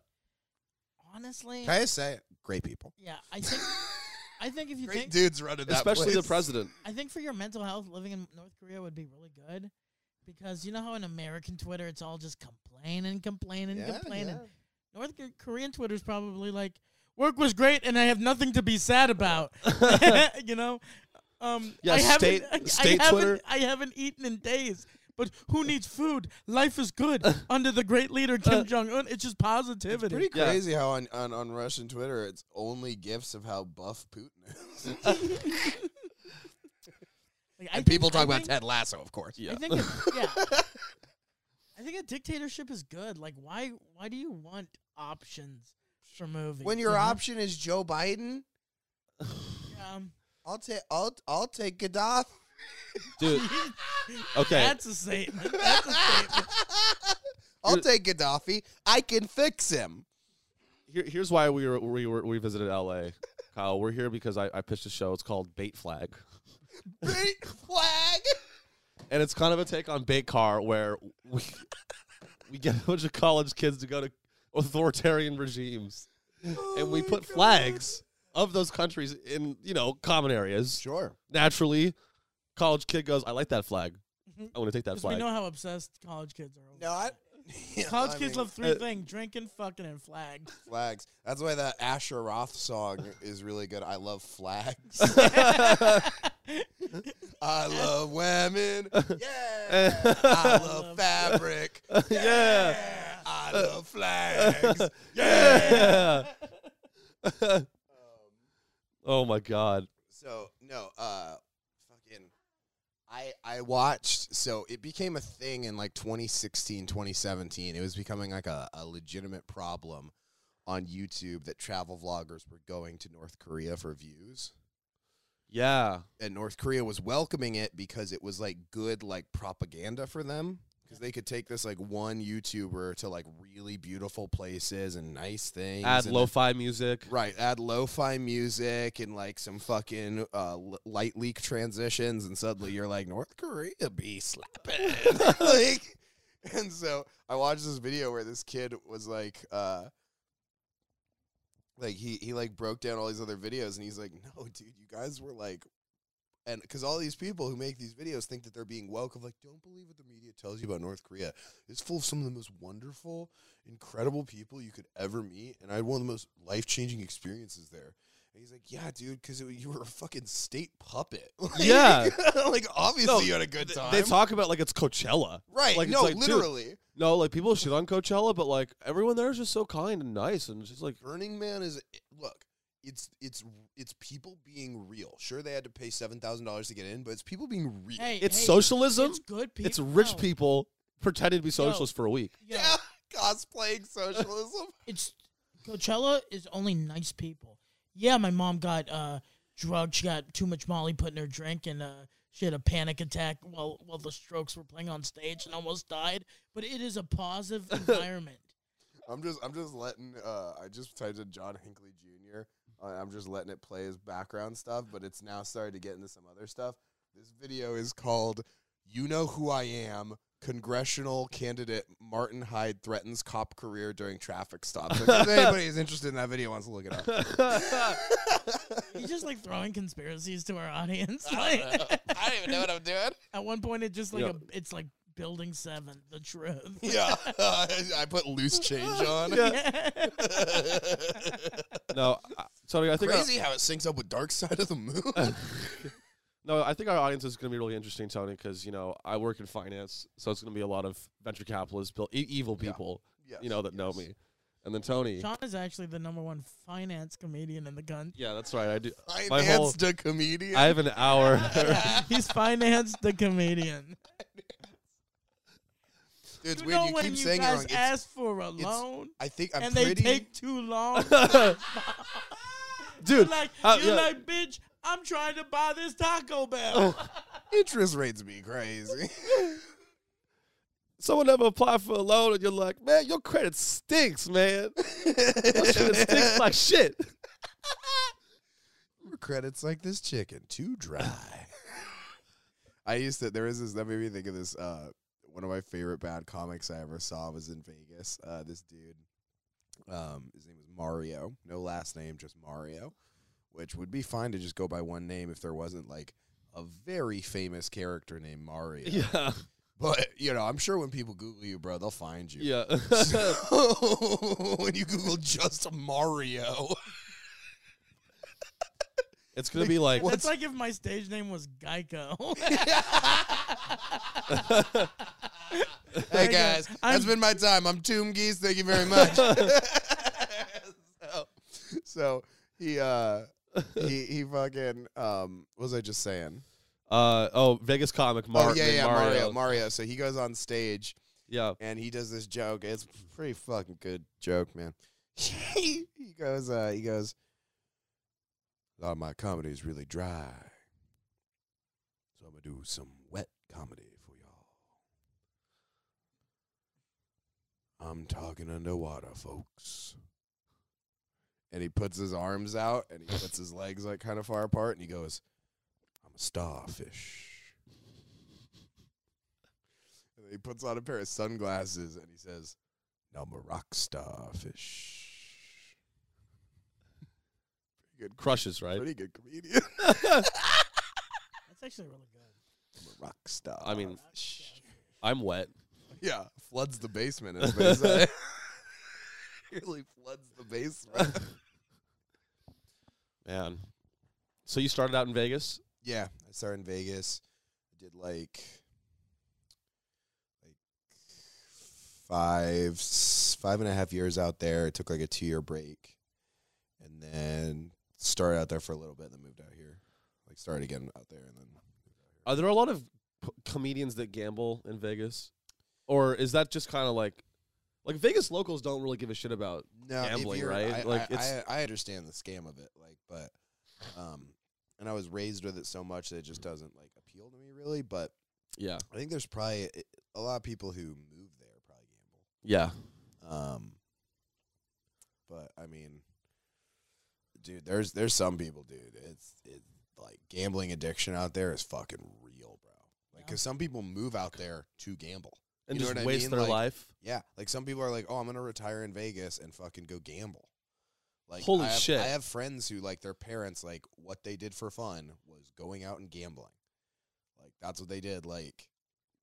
Speaker 2: Honestly,
Speaker 3: Can I just say it? Great people.
Speaker 2: yeah, I think I think if you
Speaker 3: Great
Speaker 2: think
Speaker 3: dudes running that
Speaker 1: especially the
Speaker 3: place.
Speaker 1: president.
Speaker 2: I think for your mental health, living in North Korea would be really good because you know how in American Twitter it's all just complaining, complaining,
Speaker 3: Yeah,
Speaker 2: complaining.
Speaker 3: yeah.
Speaker 2: North K- Korean Twitter is probably like, "Work was great, and I have nothing to be sad about." you know, um,
Speaker 1: Yeah,
Speaker 2: I haven't-
Speaker 1: state-
Speaker 2: I- I
Speaker 1: state
Speaker 2: haven't-
Speaker 1: Twitter.
Speaker 2: I haven't eaten in days. But who needs food? Life is good under the great leader Kim Jong Un. It's just positivity.
Speaker 3: Uh, Pretty
Speaker 1: Yeah.
Speaker 3: crazy how on, on, on Russian Twitter it's only gifs of how buff Putin is.
Speaker 2: Like, I
Speaker 3: and
Speaker 2: think-
Speaker 3: people
Speaker 2: I
Speaker 3: talk about
Speaker 2: think-
Speaker 3: Ted Lasso, of course.
Speaker 1: Yeah.
Speaker 2: I think if, yeah. I I think a dictatorship is good. Like, why? Why do you want options for movies?
Speaker 4: When your
Speaker 2: you know?
Speaker 4: option is Joe Biden,
Speaker 2: Um,
Speaker 4: I'll take I'll I'll take Gaddafi.
Speaker 1: dude. Okay,
Speaker 2: That's a statement. That's a statement.
Speaker 4: I'll
Speaker 1: You're-
Speaker 4: take Gaddafi. I can fix him.
Speaker 1: Here, here's why we were we were we visited L.A. Kyle, we're here because I, I pitched a show. It's called Bait Flag,
Speaker 4: Big flag.
Speaker 1: and it's kind of a take on Bait Car, where we we get a bunch of college kids to go to authoritarian regimes, and
Speaker 3: Oh
Speaker 1: we put flags of those countries in you know common areas.
Speaker 4: Sure.
Speaker 1: Naturally, college kid goes, "I like that flag.
Speaker 3: Mm-hmm.
Speaker 1: I want to take that
Speaker 2: 'Cause we
Speaker 1: flag."
Speaker 2: know how obsessed college kids are. over
Speaker 4: No, I.
Speaker 2: college
Speaker 4: I
Speaker 2: kids
Speaker 4: mean,
Speaker 2: love three
Speaker 1: uh,
Speaker 2: things: drinking, fucking, and flags.
Speaker 3: flags. That's why that Asher Roth song is really good. I love flags. I love women. Yeah. I love fabric.
Speaker 1: yeah.
Speaker 3: I love flags.
Speaker 1: Yeah. oh my god.
Speaker 3: So no, uh, fucking, I I watched. So it became a thing in like 2016, 2017. It was becoming like a, a legitimate problem on YouTube that travel vloggers were going to North Korea for views,
Speaker 1: Yeah.
Speaker 3: and North Korea was welcoming it because it was like good like propaganda for them. Because they could take this like one YouTuber to like really beautiful places and nice things,
Speaker 1: Add
Speaker 3: and
Speaker 1: lo-fi music.
Speaker 3: Right, add lo-fi music and like some fucking uh, l- light leak transitions, and suddenly you're like North Korea be slapping. like, and so I watched this video where this kid was like, uh, like he he like broke down all these other videos, and he's like, no, dude, you guys were like. And because all these people who make these videos think that they're being welcome, like, don't believe what the media tells you about North Korea. It's full of some of the most wonderful incredible people you could ever meet, and I had one of the most life changing experiences there. And he's like, "Yeah, dude, because you were a fucking state puppet. Like-
Speaker 1: Yeah.
Speaker 3: like obviously
Speaker 1: No,
Speaker 3: you had a good
Speaker 1: Th-
Speaker 3: time,
Speaker 1: They talk about like it's Coachella.
Speaker 3: right?
Speaker 1: like, it's
Speaker 3: no,
Speaker 1: like, dude-
Speaker 3: literally,
Speaker 1: No, like people shit on Coachella, but like everyone there is just so kind and nice and just like
Speaker 3: Burning Man is look." It's it's it's people being real. Sure, they had to pay seven thousand dollars to get in, but it's people being real.
Speaker 2: Hey,
Speaker 1: it's
Speaker 2: hey,
Speaker 1: socialism.
Speaker 2: It's good people.
Speaker 1: It's rich people pretending to be socialists for a week.
Speaker 3: yeah, cosplaying socialism.
Speaker 2: it's Coachella is only nice people. Yeah, my mom got uh drugged. She got too much Molly put in her drink, and uh, she had a panic attack while while the Strokes were playing on stage and almost died. But it is a positive environment.
Speaker 3: I'm just I'm just letting uh I just typed in John Hinckley Jr. uh, I'm just letting it play as background stuff, but it's now started to get into some other stuff. This video is called You Know Who I Am. Congressional candidate Martin Hyde threatens cop career during traffic stop. So if anybody is interested in that video wants to look it up.
Speaker 2: He's just like throwing conspiracies to our audience. Like,
Speaker 3: I don't even know what I'm doing.
Speaker 2: at one point, it just like
Speaker 1: Yeah.
Speaker 2: a, it's like Building Seven, the truth.
Speaker 3: Yeah. I put loose change on.
Speaker 1: no, I, so I think our-
Speaker 3: Crazy how it syncs up with Dark Side of the Moon.
Speaker 1: No, I think our audience is going to be really interesting, Tony, because you know I work in finance, so it's going to be a lot of venture capitalists, bill- e- evil
Speaker 3: Yeah.
Speaker 1: people,
Speaker 3: Yes,
Speaker 1: you know, that know
Speaker 3: yes.
Speaker 1: me. And then Tony,
Speaker 2: Sean is actually the number one finance comedian in the country.
Speaker 1: yeah, that's right. I do. My whole,
Speaker 3: Financed a comedian.
Speaker 1: I have an hour.
Speaker 2: He's financed the comedian.
Speaker 3: Dude, it's
Speaker 2: you
Speaker 3: weird.
Speaker 2: know
Speaker 3: You
Speaker 2: when
Speaker 3: keep
Speaker 2: you
Speaker 3: saying it
Speaker 2: guys
Speaker 3: wrong. It's-
Speaker 2: ask for a loan
Speaker 3: I think I'm
Speaker 2: and
Speaker 3: pretty.
Speaker 2: they take too long.
Speaker 1: Dude,
Speaker 2: like
Speaker 1: how- uh, yeah.
Speaker 2: you're like, bitch, I'm trying to buy this Taco Bell.
Speaker 1: Oh,
Speaker 3: interest rates be crazy.
Speaker 1: someone ever applied for a loan and you're like, man, your credit stinks, man. Your credit stinks like shit.
Speaker 3: Credits like this chicken, too dry. I used to. There is this. That made me think of this. Uh, one of my favorite bad comics I ever saw was in Vegas. Uh, this dude, um, his name was Mario. No last name, just Mario, which would be fine to just go by one name if there wasn't like a very famous character named Mario.
Speaker 1: Yeah,
Speaker 3: But you know, I'm sure when people Google you, bro, they'll find you.
Speaker 1: yeah.
Speaker 3: So, when you Google just Mario,
Speaker 1: it's gonna be like,
Speaker 2: That's like if my stage name was Geico.
Speaker 3: hey
Speaker 2: Geico.
Speaker 3: guys,
Speaker 2: I'm-
Speaker 3: that's been my time. I'm Tomb Geese. Thank you very much. so, so he uh he he fucking um what was I just saying?
Speaker 1: uh, oh, Vegas comic Mar-
Speaker 3: oh yeah yeah
Speaker 1: Mario.
Speaker 3: Mario Mario. So he goes on stage
Speaker 1: Yeah.
Speaker 4: and he does this joke. It's a pretty fucking good joke, man. he goes, uh, he goes, a lot of my comedy is really dry, so I'm gonna do some wet comedy for y'all. I'm talking underwater, folks.
Speaker 3: and he puts his arms out and he puts his legs like kind of far apart and he goes, I'm a starfish. And he puts on a pair of sunglasses and he says, Now I'm a rock starfish. Pretty good,
Speaker 1: Crushes, right?
Speaker 3: pretty good comedian.
Speaker 2: That's actually really good.
Speaker 3: I'm a rock star.
Speaker 1: I mean, I'm wet.
Speaker 3: yeah, floods the basement. Is what he said. really floods the basement.
Speaker 1: Man. So you started out in Vegas?
Speaker 4: Yeah, I started in Vegas. I did like like five s- five and a half years out there. I took like a two year break, and then started out there for a little bit, and then moved out here. Like started again out there, and then
Speaker 1: Are there a lot of p- comedians that gamble in Vegas? Or is that just kind of like like Vegas locals don't really give a shit about
Speaker 4: no if
Speaker 1: Gambling,
Speaker 4: you're-
Speaker 1: right?
Speaker 4: I,
Speaker 1: Like,
Speaker 4: I,
Speaker 1: it's-
Speaker 4: I, I understand the scam of it, like, but um, and I was raised with it so much that it just doesn't like appeal to me really. But
Speaker 1: yeah.
Speaker 4: I think there's probably eh, a lot of people who move there probably gamble.
Speaker 1: Yeah.
Speaker 4: Um, but I mean, dude, there's there's some people, dude. It's it like gambling addiction out there is fucking real, bro. Like,
Speaker 2: Yeah.
Speaker 4: cause some people move out there to gamble.
Speaker 1: And
Speaker 4: You know
Speaker 1: just
Speaker 4: what I
Speaker 1: waste
Speaker 4: mean?
Speaker 1: their
Speaker 4: Like,
Speaker 1: life.
Speaker 4: Yeah, like some people are like, oh, I'm gonna retire in Vegas and fucking go gamble. Like,
Speaker 1: Holy
Speaker 4: I have,
Speaker 1: shit.
Speaker 4: I have friends who like their parents like what they did for fun was going out and gambling. Like that's what they did. Like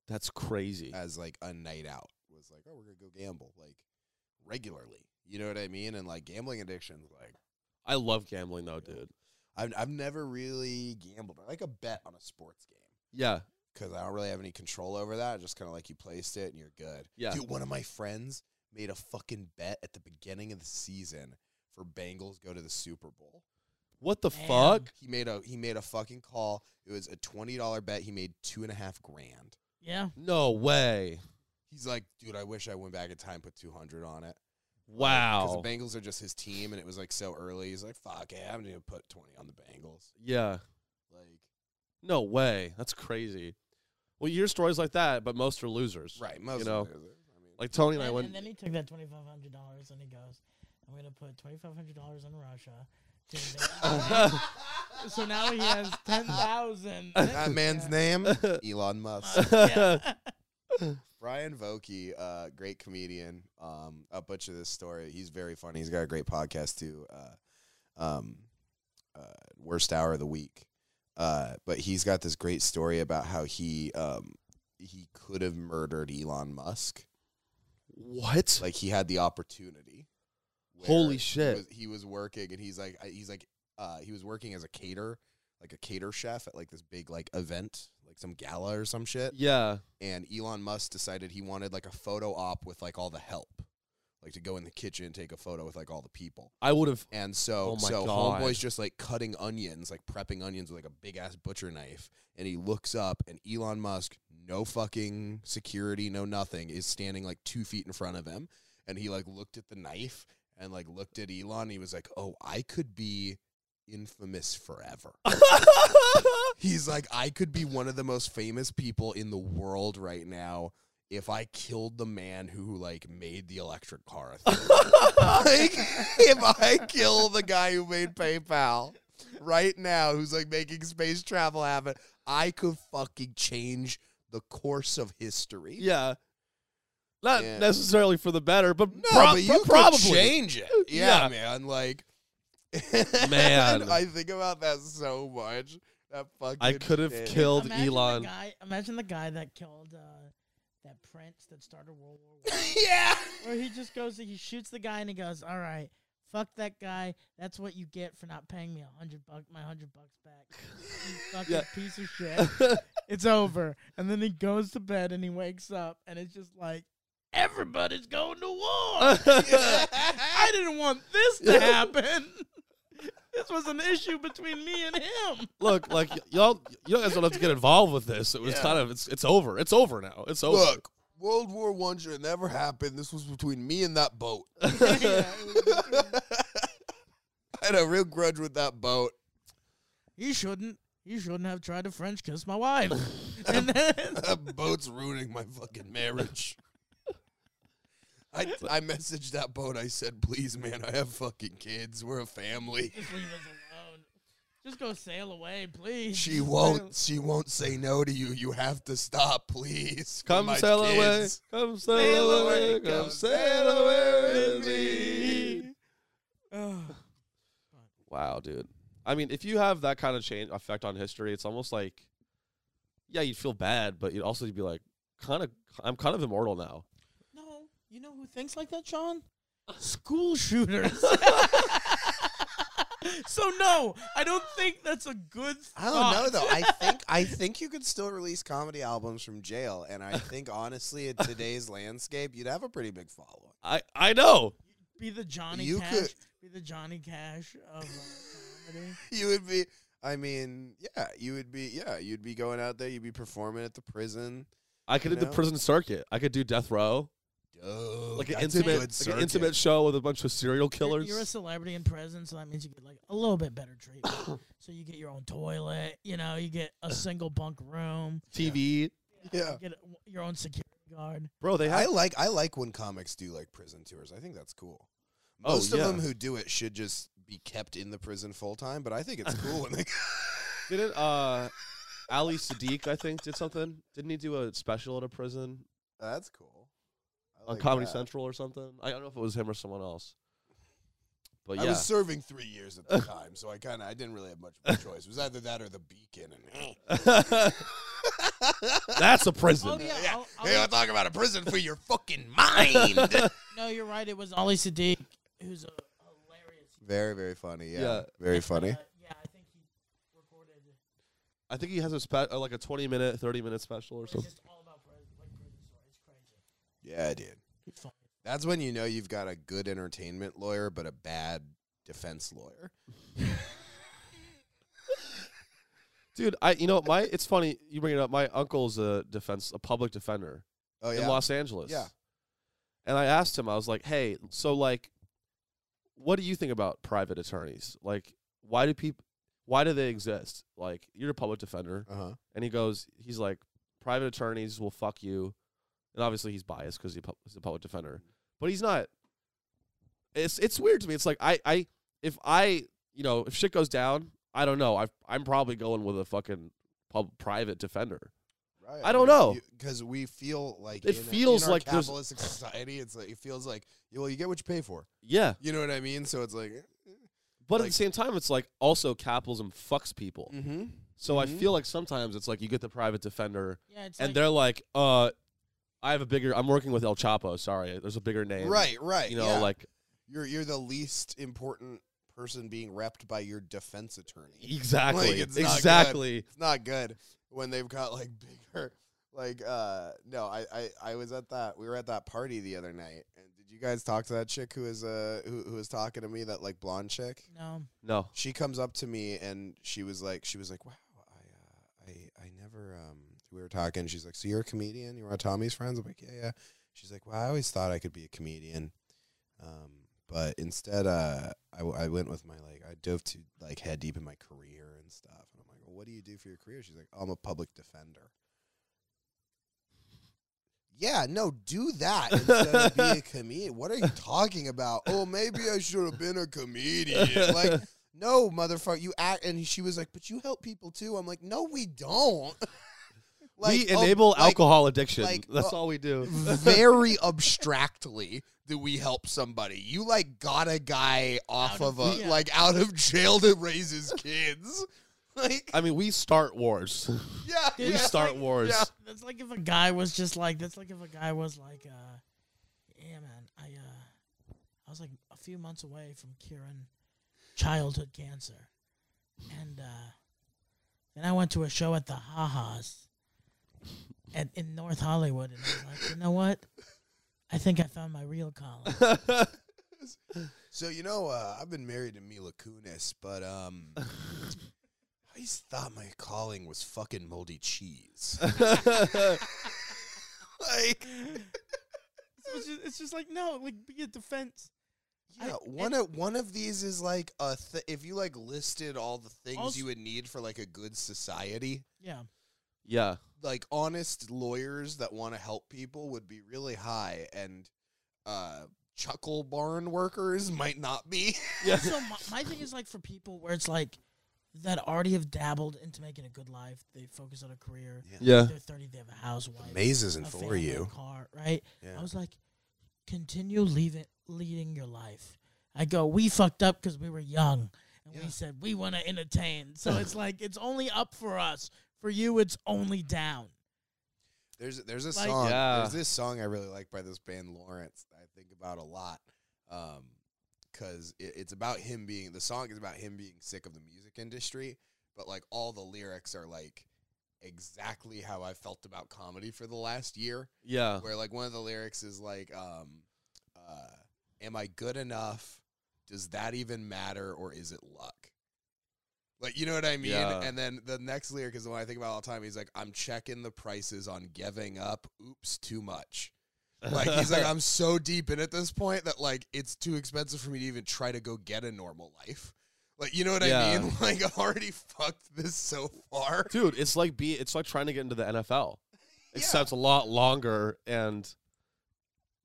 Speaker 1: That's crazy.
Speaker 4: as like a night out was like, oh, we're gonna go gamble like regularly. You know what I mean? And like gambling addictions, like
Speaker 1: I love gambling though, dude.
Speaker 4: I've I've never really gambled. I like a bet on a sports game
Speaker 1: Yeah.
Speaker 4: because I don't really have any control over that. I just kind of like you placed it and you're good.
Speaker 1: Yeah.
Speaker 4: Dude, one of my friends made a fucking bet at the beginning of the season for Bengals go to the Super Bowl.
Speaker 1: What the
Speaker 2: Man.
Speaker 1: fuck?
Speaker 4: He made a he made a fucking call. It was a twenty dollar bet. He made two and a half grand.
Speaker 2: Yeah.
Speaker 1: No way.
Speaker 4: He's like, dude, I wish I went back in time, put two hundred on it.
Speaker 1: Wow.
Speaker 4: Because the Bengals are just his team, and it was like so early. He's like, "Fuck it, I'm gonna put 20 on the Bengals."
Speaker 1: Yeah.
Speaker 4: Like,
Speaker 1: No way. That's crazy. Well, you hear stories like that, but most are losers.
Speaker 4: right? Most
Speaker 1: You know,
Speaker 4: of the losers, I mean,
Speaker 1: Like Tony and
Speaker 2: And,
Speaker 1: I
Speaker 2: and
Speaker 1: went.
Speaker 2: then he took that twenty five hundred dollars and he goes, "I'm gonna put twenty five hundred dollars on Russia." to invade-" so now he has ten thousand.
Speaker 4: that man's name, Elon Musk.
Speaker 3: Brian Vokey, uh, great comedian. Um, I'll butcher this story. He's very funny. He's got a great podcast too. Uh, um, uh, worst hour of the week. Uh, but he's got this great story about how he um, he could have murdered Elon Musk.
Speaker 1: What?
Speaker 3: Like he had the opportunity. where
Speaker 1: Holy
Speaker 3: He
Speaker 1: shit.
Speaker 3: was, he was working, and he's like, I- he's like, uh, he was working as a caterer, like a cater chef at like this big like event, like some gala or some shit.
Speaker 1: yeah.
Speaker 3: and Elon Musk decided he wanted like a photo op with like all the help, like to go in the kitchen and take a photo with like all the people.
Speaker 1: I would have.
Speaker 3: And so,
Speaker 1: Oh my
Speaker 3: so
Speaker 1: God.
Speaker 3: homeboy's just like cutting onions, like prepping onions with like a big ass butcher knife. And he looks up, and Elon Musk, no fucking security, no nothing, is standing like two feet in front of him. And he like looked at the knife and like looked at Elon. And he was like, "Oh, I could be infamous forever." He's like, I could be one of the most famous people in the world right now if I killed the man who like made the electric car. a thing." like, if I kill the guy who made PayPal right now, who's like making space travel happen, I could fucking change the course of history.
Speaker 1: yeah. Not
Speaker 3: Yeah.
Speaker 1: necessarily for the better, but,
Speaker 3: No,
Speaker 1: prob-
Speaker 3: but you
Speaker 1: pro- probably.
Speaker 3: could change it. Yeah,
Speaker 1: Yeah.
Speaker 3: man. Like,
Speaker 1: Man.
Speaker 3: I think about that so much. That fucking.
Speaker 1: I could have
Speaker 3: shit.
Speaker 1: killed
Speaker 2: imagine
Speaker 1: Elon.
Speaker 2: The guy, imagine the guy that killed uh, that prince that started World War One.
Speaker 3: yeah.
Speaker 2: where he just goes, he shoots the guy, and he goes, "All right, fuck that guy. That's what you get for not paying me a hundred buck, my hundred bucks back. You fucking
Speaker 1: Yeah.
Speaker 2: piece of shit. it's over." And then he goes to bed, and he wakes up, and it's just like everybody's going to war. I didn't want this to happen. this was an issue between me and him.
Speaker 1: Look, like y- y'all, you guys don't have to get involved with this. It was
Speaker 3: Yeah.
Speaker 1: kind of it's it's over. It's over now. It's over.
Speaker 3: Look, World War One should have never happened. This was between me and that boat.
Speaker 2: Yeah, it was-
Speaker 3: I had a real grudge with that boat.
Speaker 2: he shouldn't. He shouldn't have tried to French kiss my wife. and then,
Speaker 3: That boat's ruining my fucking marriage. I, I messaged that boat. I said, please, man, I have fucking kids. We're a family.
Speaker 2: just leave us alone. Just go sail away, please.
Speaker 3: She won't. She won't say no to you. You have to stop, please. for
Speaker 1: Come
Speaker 3: my
Speaker 1: sail away.
Speaker 3: kids.
Speaker 1: Come sail,
Speaker 2: Sail
Speaker 1: away.
Speaker 2: away,
Speaker 1: Come
Speaker 3: come
Speaker 1: sail
Speaker 3: sail
Speaker 1: away
Speaker 3: away
Speaker 1: with
Speaker 3: with
Speaker 1: me.
Speaker 2: Ugh.
Speaker 1: Wow, dude. I mean, if you have that kind of change effect on history, it's almost like, yeah, you'd feel bad, but you'd also be like, kind of, I'm kind of immortal now.
Speaker 2: No, you know who thinks like that, Sean? School shooters. so no, I don't think that's a good.
Speaker 4: I don't
Speaker 2: thought.
Speaker 4: know though. I think I think you could still release comedy albums from jail, and I think honestly, in today's landscape, you'd have a pretty big following.
Speaker 1: I, I know.
Speaker 2: Be the Johnny
Speaker 3: You
Speaker 2: Cash.
Speaker 3: could-
Speaker 2: Be the Johnny Cash of uh, comedy.
Speaker 4: You would be. I mean, yeah, you would be. Yeah, you'd be going out there. You'd be performing at the prison.
Speaker 1: I could
Speaker 4: You
Speaker 1: do the
Speaker 4: know?
Speaker 1: prison circuit. I could do death row,
Speaker 3: Dope.
Speaker 1: like an
Speaker 3: That's a
Speaker 1: intimate,
Speaker 3: good
Speaker 1: like an
Speaker 3: circuit.
Speaker 1: intimate show with a bunch of serial
Speaker 2: You're-
Speaker 1: killers.
Speaker 2: You're a celebrity in prison, so that means you get like a little bit better treatment. so you get your own toilet. You know, you get a single bunk room.
Speaker 1: TV,
Speaker 3: Yeah.
Speaker 2: You get a- your own security guard.
Speaker 1: bro. They
Speaker 3: I
Speaker 1: have.
Speaker 3: like I like when comics do like prison tours. I think that's cool.
Speaker 1: Oh,
Speaker 3: Most of
Speaker 1: yeah.
Speaker 3: them who do it should just be kept in the prison full time, but I think it's cool when they
Speaker 1: Didn't uh, Ali Sadiq, I think, did something? Didn't he do a special at a prison
Speaker 3: That's cool.
Speaker 1: on Comedy Central or something? I don't know if it was him or someone else. But yeah,
Speaker 3: I was serving three years at the time, so I kind of I didn't really have much of a choice. It was either that or the Beacon. And eh,
Speaker 1: that's a prison.
Speaker 2: Oh yeah, I'll, I'll,
Speaker 3: hey, I'm talking about a prison for your fucking mind.
Speaker 2: no, you're right. It was Ali Sadiq, who's a hilarious.
Speaker 4: Very, very funny. Yeah,
Speaker 1: Yeah.
Speaker 4: very funny.
Speaker 2: Uh, yeah, I think he recorded.
Speaker 1: I think he has a spe- uh, like a twenty minute, thirty minute special or
Speaker 2: It's
Speaker 1: something.
Speaker 2: just all about prison, like prison story. It's crazy.
Speaker 3: yeah, dude.
Speaker 2: It's funny.
Speaker 4: That's when you know you've got a good entertainment lawyer, but a bad defense lawyer.
Speaker 1: Dude, I you know my it's funny you bring it up. My uncle's a defense, a public defender
Speaker 4: Oh
Speaker 1: in Los Angeles.
Speaker 4: Yeah.
Speaker 1: and I asked him. I was like, "Hey, so like, what do you think about private attorneys? Like, why do people? Why do they exist? Like, you're a public defender."
Speaker 4: Uh
Speaker 3: Uh-huh.
Speaker 4: huh.
Speaker 1: And he goes, he's like, private attorneys will fuck you. And obviously he's biased because he pu- he's a public defender, but he's not. It's it's weird to me. It's like I I if I you know if shit goes down, I don't know. I I'm probably going with a fucking pub, private defender.
Speaker 3: Right.
Speaker 1: I don't know.
Speaker 3: because we feel like
Speaker 1: It
Speaker 3: in a-
Speaker 1: feels
Speaker 3: in our
Speaker 1: like there's-
Speaker 3: capitalistic society. It's like it feels like well, you get what you pay for.
Speaker 1: Yeah,
Speaker 3: You know what I mean? So it's like, eh,
Speaker 1: but at
Speaker 3: Like-
Speaker 1: the same time, it's like also capitalism fucks people.
Speaker 3: mm-hmm.
Speaker 1: So I
Speaker 3: Mhm.
Speaker 1: feel like sometimes it's like you get the private defender,
Speaker 2: Yeah, it's
Speaker 1: and
Speaker 2: like,
Speaker 1: they're like, uh, I have a bigger. I'm working with El Chapo. Sorry, there's a bigger name.
Speaker 3: right, right.
Speaker 1: You know,
Speaker 3: yeah.
Speaker 1: like
Speaker 3: you're you're the least important person being repped by your defense attorney.
Speaker 1: exactly,
Speaker 3: it's not good.
Speaker 1: exactly.
Speaker 3: It's not good when they've got like bigger. Like, uh, no, I, I, I was at that. We were at that party the other night. And did you guys talk to that chick who is uh who who was talking to me? That like blonde chick.
Speaker 2: no.
Speaker 1: No.
Speaker 3: she comes up to me and she was like she was like wow i uh, i i never um we were talking she's like so you're a comedian you're one of tommy's friends i'm like yeah yeah she's like well i always thought i could be a comedian um but instead uh i, w- I went with my like i dove to like head deep in my career and stuff and i'm like well what do you do for your career she's like oh, i'm a public defender yeah, no, do that instead of be a comedian. What are you talking about? Oh, maybe I should have been a comedian. Like, no, motherfucker, you act. And she was like, but you help people too. I'm like, no, we don't.
Speaker 1: we enable
Speaker 3: alcohol.
Speaker 1: alcohol addiction.
Speaker 3: oh, like,
Speaker 1: That's
Speaker 3: uh,
Speaker 1: all we do.
Speaker 3: very abstractly do we help somebody. You like got a guy off
Speaker 2: Out of-
Speaker 3: of, a
Speaker 2: yeah.
Speaker 3: like out of jail to raise his kids. Like
Speaker 1: I mean, we start wars.
Speaker 3: yeah,
Speaker 1: we
Speaker 2: Yeah.
Speaker 1: start
Speaker 2: Like,
Speaker 1: wars.
Speaker 3: yeah.
Speaker 2: That's like if a guy was just like. That's like if a guy was like, uh, yeah, man. I uh, I was like a few months away from curing childhood cancer, and uh, then I went to a show at the Ha Ha's, at in North Hollywood, and I was like, you know what? I think I found my real calling.
Speaker 3: So you know, uh, I've been married to Mila Kunis, but um I always thought my calling was fucking moldy cheese. like,
Speaker 2: So it's, just, it's just like no, like be a defense. I-
Speaker 3: yeah, one of one of these is like a th- if you like listed all the things
Speaker 2: Also-
Speaker 3: you would need for like a good society,
Speaker 2: Yeah,
Speaker 1: Yeah.
Speaker 3: like honest lawyers that want to help people would be really high, and uh, chuckle barn workers might not be.
Speaker 1: Yeah.
Speaker 2: So my, my thing is like for people where it's like that already have dabbled into making a good life. They focus on a career.
Speaker 1: Yeah.
Speaker 2: They're thirty. They have a house, a wife,
Speaker 3: Maze
Speaker 2: a
Speaker 3: isn't
Speaker 2: family, a car, right? I was like, continue leaving, leading your life. I go, we fucked up because we were young, and we
Speaker 3: Yeah.
Speaker 2: said we want to entertain. So it's like it's only up for us. For you, it's only down.
Speaker 3: There's there's a
Speaker 2: Like-
Speaker 3: song.
Speaker 1: Yeah.
Speaker 3: There's this song I really like by this band Lawrence. that I think about a lot, um, because it, it's about him being the song is about him being sick of the music industry, but like all the lyrics are like exactly how I felt about comedy for the last year.
Speaker 1: Yeah.
Speaker 3: Where like one of the lyrics is like, um, uh, "Am I good enough? Does that even matter, or is it luck?" Like you know what I mean.
Speaker 1: Yeah.
Speaker 3: And then the next lyric is the one I think about all the time. He's like, "I'm checking the prices on giving up. Oops, too much." Like he's like, "I'm so deep in at this point that like it's too expensive for me to even try to go get a normal life." Like you know what I
Speaker 1: Yeah.
Speaker 3: mean? Like I've already fucked this so far.
Speaker 1: dude, it's like be it's like trying to get into the NFL,
Speaker 3: Yeah.
Speaker 1: except a lot longer and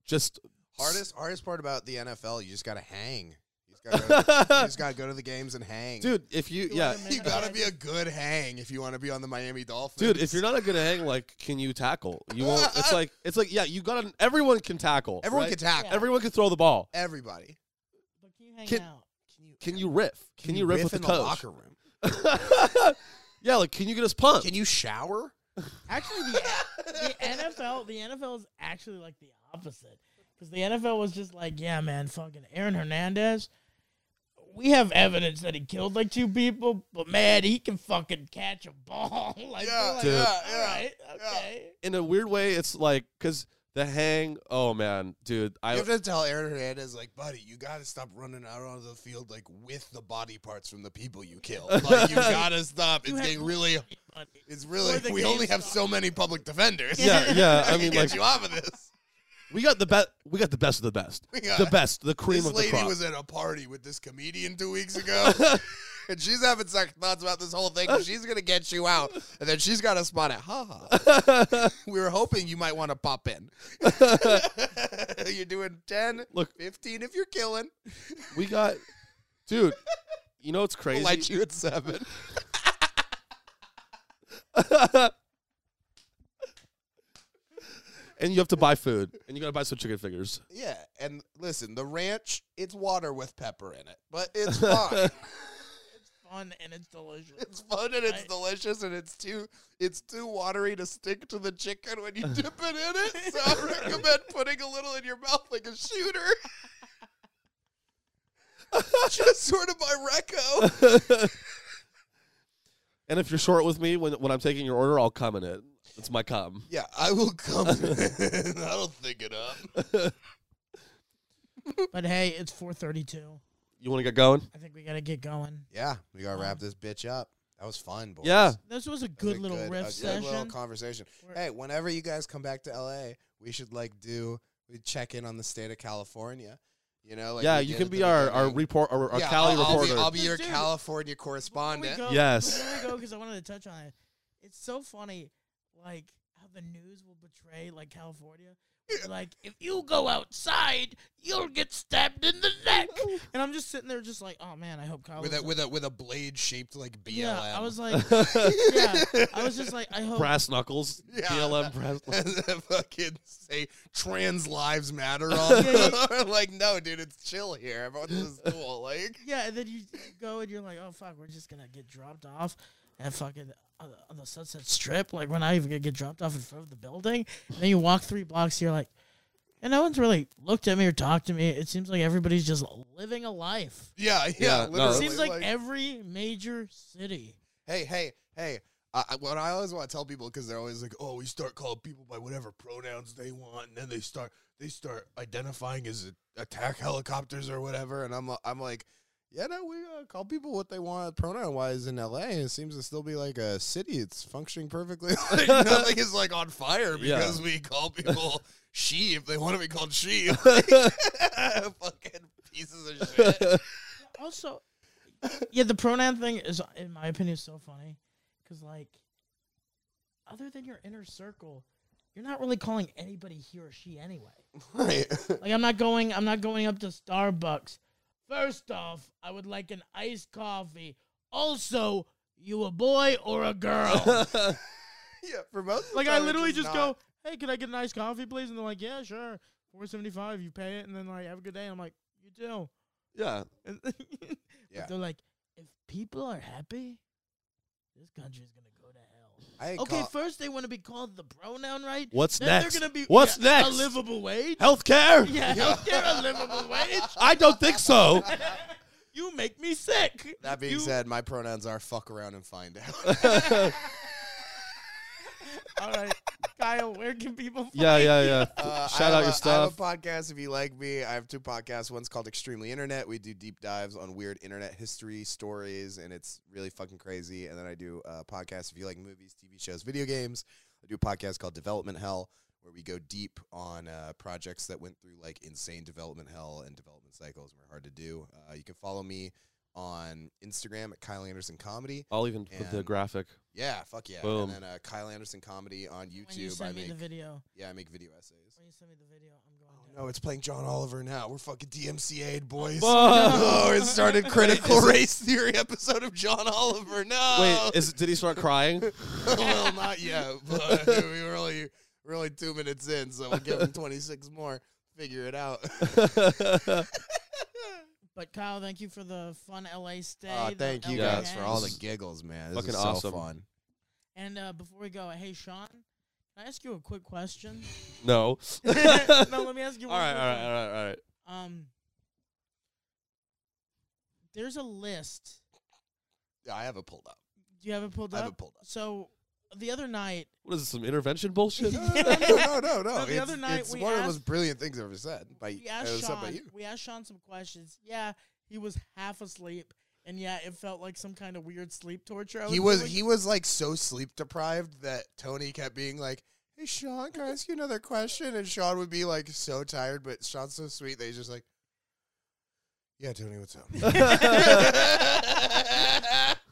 Speaker 1: just
Speaker 3: Hardest hardest part about the NFL, you just gotta hang. You just gotta, go to, the- you just gotta go to the games and hang,
Speaker 1: dude. If you
Speaker 2: You
Speaker 1: yeah,
Speaker 2: wanna
Speaker 3: You gotta be a good hang if you want to be on the Miami Dolphins,
Speaker 1: dude, if you're not a good hang, like, can you tackle? You won't. It's like it's like yeah, you got to Everyone can tackle.
Speaker 3: everyone
Speaker 1: right?
Speaker 3: can tackle
Speaker 2: Yeah.
Speaker 1: Everyone can throw the ball.
Speaker 3: everybody.
Speaker 2: But can you hang
Speaker 1: Can-
Speaker 2: out?
Speaker 1: Can you riff? Can, you riff, with
Speaker 3: in
Speaker 1: the
Speaker 3: the,
Speaker 1: coach?
Speaker 3: locker room?
Speaker 1: yeah, like can you get us pumped?
Speaker 3: Can you shower?
Speaker 2: Actually, the, the NFL, the NFL is actually like the opposite because the NFL was just like, yeah, man, fucking Aaron Hernandez. We have evidence that he killed like two people, but man, he can fucking catch a ball. like,
Speaker 3: Yeah,
Speaker 2: we're like,
Speaker 1: Dude.
Speaker 3: yeah,
Speaker 2: "All
Speaker 3: yeah,
Speaker 2: right, okay.
Speaker 1: in a weird way, it's like because the hang. Oh man, dude,
Speaker 3: You
Speaker 1: I
Speaker 3: have to tell Aaron Hernandez, like, buddy, you gotta stop running out onto the field like with the body parts from the people you killed. Like, you gotta stop.
Speaker 2: You
Speaker 3: It's
Speaker 2: have
Speaker 3: getting really.
Speaker 2: money.
Speaker 3: It's really.
Speaker 2: the
Speaker 3: We
Speaker 2: game
Speaker 3: only have so many public defenders.
Speaker 1: yeah yeah. I mean
Speaker 3: get
Speaker 1: like
Speaker 3: you off of this.
Speaker 1: we got the best. We got the best of the best.
Speaker 3: We got-
Speaker 1: the best. The cream
Speaker 3: this
Speaker 1: of the
Speaker 3: lady
Speaker 1: crop.
Speaker 3: was at a party with this comedian two weeks ago and she's having second thoughts about this whole thing and she's gonna get you out and then she's got a spot at ha ha we were hoping you might want to pop in you're doing 10
Speaker 1: Look.
Speaker 3: 15 if you're killing
Speaker 1: we got, dude. You know what's
Speaker 3: we'll
Speaker 1: crazy?
Speaker 3: light you at seven
Speaker 1: and you have to buy food, and you gotta buy some chicken fingers.
Speaker 3: yeah and listen the ranch it's water with pepper in it but it's fine
Speaker 2: Fun and it's delicious.
Speaker 3: it's fun and it's
Speaker 2: Right.
Speaker 3: delicious and it's too it's too watery to stick to the chicken when you dip it in it. So I recommend putting a little in your mouth like a shooter. Just sort of by reco.
Speaker 1: And if you're short with me when when I'm taking your order, I'll come in it. It's my cum.
Speaker 3: Yeah, I will come. in. That'll think it up.
Speaker 2: But hey, it's 4:32.
Speaker 1: You want to get going?
Speaker 2: I think we gotta get going.
Speaker 3: Yeah, we gotta wrap this bitch up. That was fun, boys.
Speaker 1: Yeah.
Speaker 2: This was a good little
Speaker 3: Uh,
Speaker 2: riff session.
Speaker 3: conversation.
Speaker 2: We're-
Speaker 3: Hey, whenever you guys come back to LA, we should like do we check in on the state of California. You know, like
Speaker 1: yeah,
Speaker 3: we
Speaker 1: you
Speaker 3: did
Speaker 1: can
Speaker 3: at
Speaker 1: be
Speaker 3: the
Speaker 1: our our
Speaker 3: beginning.
Speaker 1: report our, our
Speaker 3: Yeah,
Speaker 1: Cali
Speaker 3: I'll- I'll be-
Speaker 1: reporter.
Speaker 3: I'll be, your
Speaker 2: Dude.
Speaker 3: California
Speaker 2: Before we
Speaker 3: correspondent.
Speaker 2: go,
Speaker 1: Yes.
Speaker 2: Before we go, because I wanted to touch on it. It's so funny, like how the news will betray like California. We'll be Like if you go outside, you'll get stabbed in the neck. And I'm just sitting there, just like, oh man, I hope Kyle.
Speaker 3: With a
Speaker 2: lives up-
Speaker 3: with a with a blade shaped like BLM.
Speaker 2: yeah, I was like, yeah, I was just like, I hope.
Speaker 1: brass knuckles.
Speaker 3: Yeah.
Speaker 1: BLM brass.
Speaker 3: And then fucking say trans lives matter on
Speaker 2: Yeah,
Speaker 3: like no dude it's chill here everyone's just cool like
Speaker 2: Yeah, and then you go and you're like, oh fuck, we're just gonna get dropped off at fucking on the, on the Sunset Strip. Like we're not even gonna get dropped off in front of the building. And then you walk three blocks, you're like, and no one's really looked at me or talked to me. It seems like everybody's just living a life.
Speaker 3: yeah yeah,
Speaker 1: Yeah, no,
Speaker 3: literally,
Speaker 1: It
Speaker 2: Seems like, every major city.
Speaker 3: hey hey hey I, I- what I always want to tell people because they're always like oh we start calling people by whatever pronouns they want and then they start they start identifying as a- attack helicopters or whatever and I'm I'm like Yeah, no, we uh, call people what they want pronoun wise in LA, and it seems to still be like a city. It's functioning perfectly. like, nothing is like on fire
Speaker 1: Yeah.
Speaker 3: because we call people she if they want to be called she. fucking pieces of shit.
Speaker 2: Also, yeah, the pronoun thing is, in my opinion, so funny because, like, other than your inner circle, you're not really calling anybody he or she anyway.
Speaker 3: Right.
Speaker 2: Like, I'm not going. I'm not going up to Starbucks. First off, I would like an iced coffee. Also, you a boy or a girl?
Speaker 3: yeah, for most. of the
Speaker 2: like, I
Speaker 3: time, it's
Speaker 2: literally just go,
Speaker 3: not-
Speaker 2: "Hey, can I get an iced coffee, please?" And they're like, "Yeah, sure, four seventy five. You pay it, and then like, have a good day." And I'm like, "You too."
Speaker 1: yeah.
Speaker 2: And-
Speaker 4: Yeah.
Speaker 2: But they're like, if people are happy, this country's gonna go to hell.
Speaker 4: I
Speaker 2: Okay,
Speaker 4: call-
Speaker 2: first they want to be called the pronoun, right?
Speaker 1: What's
Speaker 2: then
Speaker 1: next?
Speaker 2: They're gonna be
Speaker 1: What's
Speaker 2: yeah,
Speaker 1: next?
Speaker 2: A livable wage.
Speaker 1: Healthcare?
Speaker 2: Yeah, healthcare, a livable wage.
Speaker 1: I don't think so.
Speaker 2: You make me sick.
Speaker 4: that being
Speaker 2: You-
Speaker 4: said, my pronouns are fuck around and find out.
Speaker 2: all right, Kyle, where can people? Find
Speaker 1: yeah, yeah, yeah.
Speaker 4: Uh, I
Speaker 1: Shout
Speaker 4: have
Speaker 1: out
Speaker 4: a-
Speaker 1: your stuff.
Speaker 4: I have a podcast if you like me. I have two podcasts. One's called Extremely Internet. We do deep dives on weird internet history stories, and it's really fucking crazy. And then I do a podcast if you like movies, TV shows, video games. I do a podcast called Development Hell, where we go deep on uh, projects that went through like insane development hell and development cycles and were hard to do. Uh, you can follow me on Instagram at Kyle Anderson Comedy.
Speaker 1: I'll even put the
Speaker 4: And-
Speaker 1: graphic.
Speaker 4: Yeah, fuck yeah.
Speaker 1: Boom.
Speaker 4: And then uh, Kyle Anderson Comedy on YouTube.
Speaker 2: When you
Speaker 4: I
Speaker 2: send me
Speaker 4: make
Speaker 2: the video,
Speaker 4: yeah, I make video essays.
Speaker 2: when you send me the video, I'm going. down.
Speaker 3: Oh, No, it's playing John Oliver now. We're fucking DMCA'd, boys.
Speaker 1: Whoa.
Speaker 3: Oh, it started critical race theory episode of John Oliver. No,
Speaker 1: Wait, is, did he start crying?
Speaker 3: well, not yet, but we were only, we're only two minutes in, so we'll give him 26 more. Figure it out.
Speaker 2: But Kyle, thank you for the fun LA stay.
Speaker 3: Ah,
Speaker 4: Oh,
Speaker 2: the
Speaker 4: thank you
Speaker 2: LA
Speaker 1: Yeah.
Speaker 4: guys for all the
Speaker 2: hangs.
Speaker 4: giggles, man. This
Speaker 1: Fucking
Speaker 4: is so
Speaker 1: awesome.
Speaker 4: fun.
Speaker 2: And uh, before we go, hey Sean, can I ask you a quick question?
Speaker 1: no.
Speaker 2: no, let me ask you.
Speaker 1: All
Speaker 2: One
Speaker 1: right, all right,
Speaker 2: quick one.
Speaker 1: all right, all right.
Speaker 2: Um, there's a list.
Speaker 3: Yeah, I have it pulled up.
Speaker 2: Do you have it pulled
Speaker 3: I
Speaker 2: up?
Speaker 3: have it pulled up.
Speaker 2: So the other night,
Speaker 1: What is this, some intervention bullshit?
Speaker 3: No, no, no, no, no.
Speaker 2: the
Speaker 3: it's,
Speaker 2: other night
Speaker 3: it's
Speaker 2: we
Speaker 3: one of the
Speaker 2: asked-
Speaker 3: most brilliant things I've ever said. By,
Speaker 2: we
Speaker 3: it
Speaker 2: asked
Speaker 3: was said by
Speaker 2: Sean.
Speaker 3: you.
Speaker 2: We asked Sean some questions. Yeah, he was half asleep, and yeah, it felt like some kind of weird sleep torture. I
Speaker 3: he was
Speaker 2: feeling.
Speaker 3: he was like so sleep deprived that Tony kept being like, "Hey Sean, can I ask you another question?" And Sean would be like so tired, but Sean's so sweet that he's just like, "Yeah, Tony, what's up?"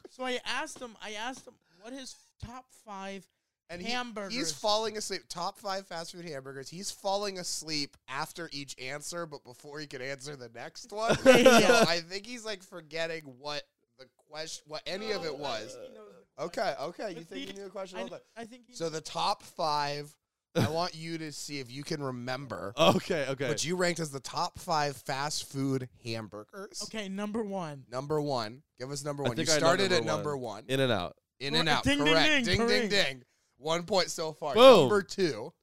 Speaker 2: So I asked him. I asked him what his top five
Speaker 3: and he-
Speaker 2: hamburgers.
Speaker 3: he's falling asleep. Top five fast food hamburgers. He's falling asleep after each answer, but before he can answer the next one. So
Speaker 2: Yeah.
Speaker 3: I think he's like forgetting what the question, what any of it was.
Speaker 2: He knows the-
Speaker 3: Okay, okay, you
Speaker 2: But
Speaker 3: think you
Speaker 2: the-
Speaker 3: knew the question all
Speaker 2: I,
Speaker 3: the time.
Speaker 2: I think he
Speaker 3: So the top five, I want you to see if you can remember
Speaker 1: okay, okay.
Speaker 3: what you ranked as the top five fast food hamburgers.
Speaker 2: Okay, number one.
Speaker 3: Number one. Give us number
Speaker 1: I
Speaker 3: one. You
Speaker 1: think I know
Speaker 3: started at
Speaker 1: number
Speaker 3: number one.
Speaker 1: one. In and out.
Speaker 3: In and
Speaker 2: Cor-
Speaker 3: out.
Speaker 2: ding, ding,
Speaker 3: Correct.
Speaker 2: ding,
Speaker 3: Ding, ding, ding,
Speaker 2: correct.
Speaker 3: One point so far.
Speaker 1: Boom.
Speaker 3: Number two.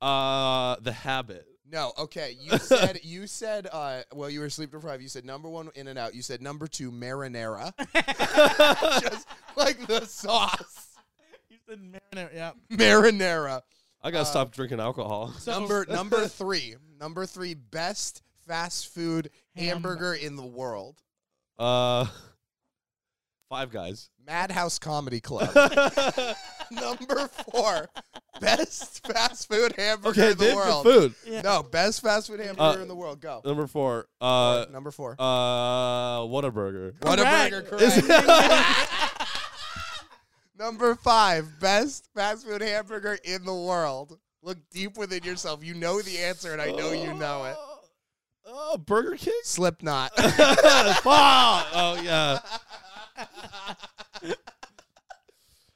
Speaker 1: Uh, the habit.
Speaker 3: No, okay. You said you said uh well you were sleep deprived. You said number one in and out. You said number two marinara. Just like the sauce.
Speaker 2: You said marinara. Yeah.
Speaker 3: Marinara.
Speaker 1: I
Speaker 3: Uh,
Speaker 1: gotta stop drinking alcohol.
Speaker 2: So
Speaker 3: number number three, number three, best fast food hamburger in the world,
Speaker 1: Uh, five guys.
Speaker 3: Madhouse Comedy Club. number four, best fast food hamburger
Speaker 1: Okay,
Speaker 3: in the
Speaker 1: then the
Speaker 3: world.
Speaker 1: food.
Speaker 2: Yeah.
Speaker 3: No, best fast food hamburger in the world. Go.
Speaker 1: Number four. Uh,
Speaker 3: number four.
Speaker 1: uh, Whataburger.
Speaker 3: Whataburger,
Speaker 1: Is
Speaker 3: correct. number five, best fast food hamburger in the world. Look deep within yourself. You know the answer, and I know you know it.
Speaker 1: Oh, Burger King.
Speaker 3: Slipknot.
Speaker 1: Fuck. Oh yeah.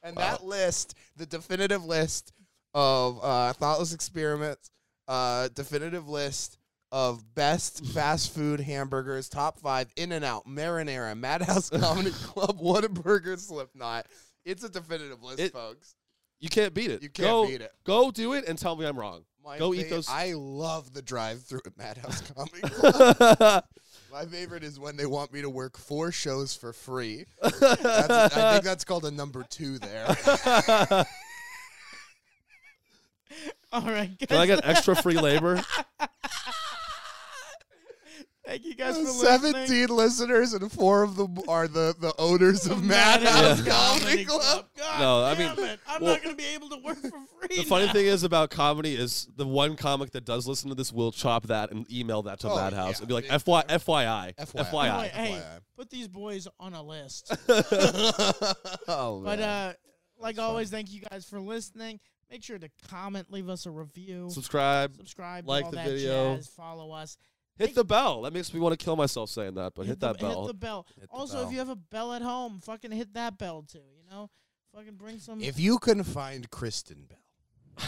Speaker 3: And that list, the definitive list of uh, thoughtless experiments, uh, definitive list of best fast food hamburgers, top five: In and Out, Marinara, Madhouse Comedy Club, Whataburger, Slipknot. It's a definitive list,
Speaker 1: It-
Speaker 3: folks.
Speaker 1: You can't beat it.
Speaker 3: You can't
Speaker 1: go,
Speaker 3: beat it.
Speaker 1: Go do it and tell me I'm wrong.
Speaker 3: My
Speaker 1: go eat
Speaker 3: fa-
Speaker 1: those.
Speaker 3: I love the drive-through at Madhouse Comedy Club. My favorite is when they want me to work four shows for free. That's, I think that's called a number two there.
Speaker 2: All right, guys.
Speaker 1: Can I get extra free labor?
Speaker 2: Thank you guys for listening.
Speaker 3: 17 listeners, and four of them are the, the owners of Madhouse
Speaker 2: Madhouse
Speaker 3: Comedy Club.
Speaker 2: God
Speaker 1: No, I
Speaker 2: damn
Speaker 1: mean,
Speaker 2: it. I'm
Speaker 1: well,
Speaker 2: not going to be able to work for free.
Speaker 1: The funny
Speaker 2: now.
Speaker 1: thing is about comedy is the one comic that does listen to this will chop that and email that to
Speaker 3: Oh,
Speaker 1: Madhouse
Speaker 3: yeah.
Speaker 1: and be like, FY, FYI, FYI.
Speaker 2: Boy, hey,
Speaker 3: FYI.
Speaker 2: put these boys on a list.
Speaker 3: oh,
Speaker 2: But
Speaker 3: man.
Speaker 2: uh, like always, thank you guys for listening. Make sure to comment, leave us a review,
Speaker 1: uh, Subscribe,
Speaker 2: subscribe, do
Speaker 1: like
Speaker 2: all
Speaker 1: the
Speaker 2: that
Speaker 1: video.
Speaker 2: jazz, follow us.
Speaker 1: hit the bell. That makes me want to kill myself saying that, but hit,
Speaker 2: the-
Speaker 1: that bell.
Speaker 2: Hit the bell.
Speaker 3: Hit the
Speaker 2: also,
Speaker 3: bell.
Speaker 2: if you have a bell at home, fucking hit that bell too. You know, fucking bring some.
Speaker 3: if you can find Kristen Bell.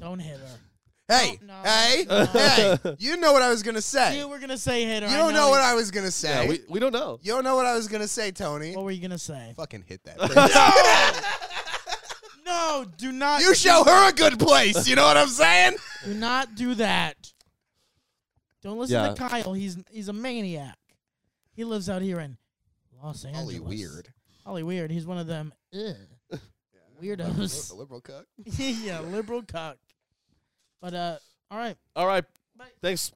Speaker 2: don't hit her.
Speaker 3: Hey,
Speaker 2: No,
Speaker 3: hey,
Speaker 2: no.
Speaker 3: hey! You know what I was gonna say.
Speaker 2: You
Speaker 3: You,
Speaker 2: were gonna say hit her. I
Speaker 3: don't know what
Speaker 2: you-
Speaker 3: I was gonna say.
Speaker 1: yeah, we, we don't know.
Speaker 3: you don't know what I was gonna say, Tony.
Speaker 2: What were you gonna say?
Speaker 3: Fucking hit that.
Speaker 2: No, do not.
Speaker 3: you show her a good place. You know what I'm saying?
Speaker 2: Do not do that. Don't listen
Speaker 1: Yeah.
Speaker 2: to Kyle. He's he's a maniac. He lives out here in Los Angeles.
Speaker 3: Holy weird.
Speaker 2: Ollie Weird. He's one of them. Ugh. Weirdos.
Speaker 3: A liberal cuck.
Speaker 2: yeah, liberal cock. But uh, all right.
Speaker 1: All right.
Speaker 2: Bye.
Speaker 1: Thanks.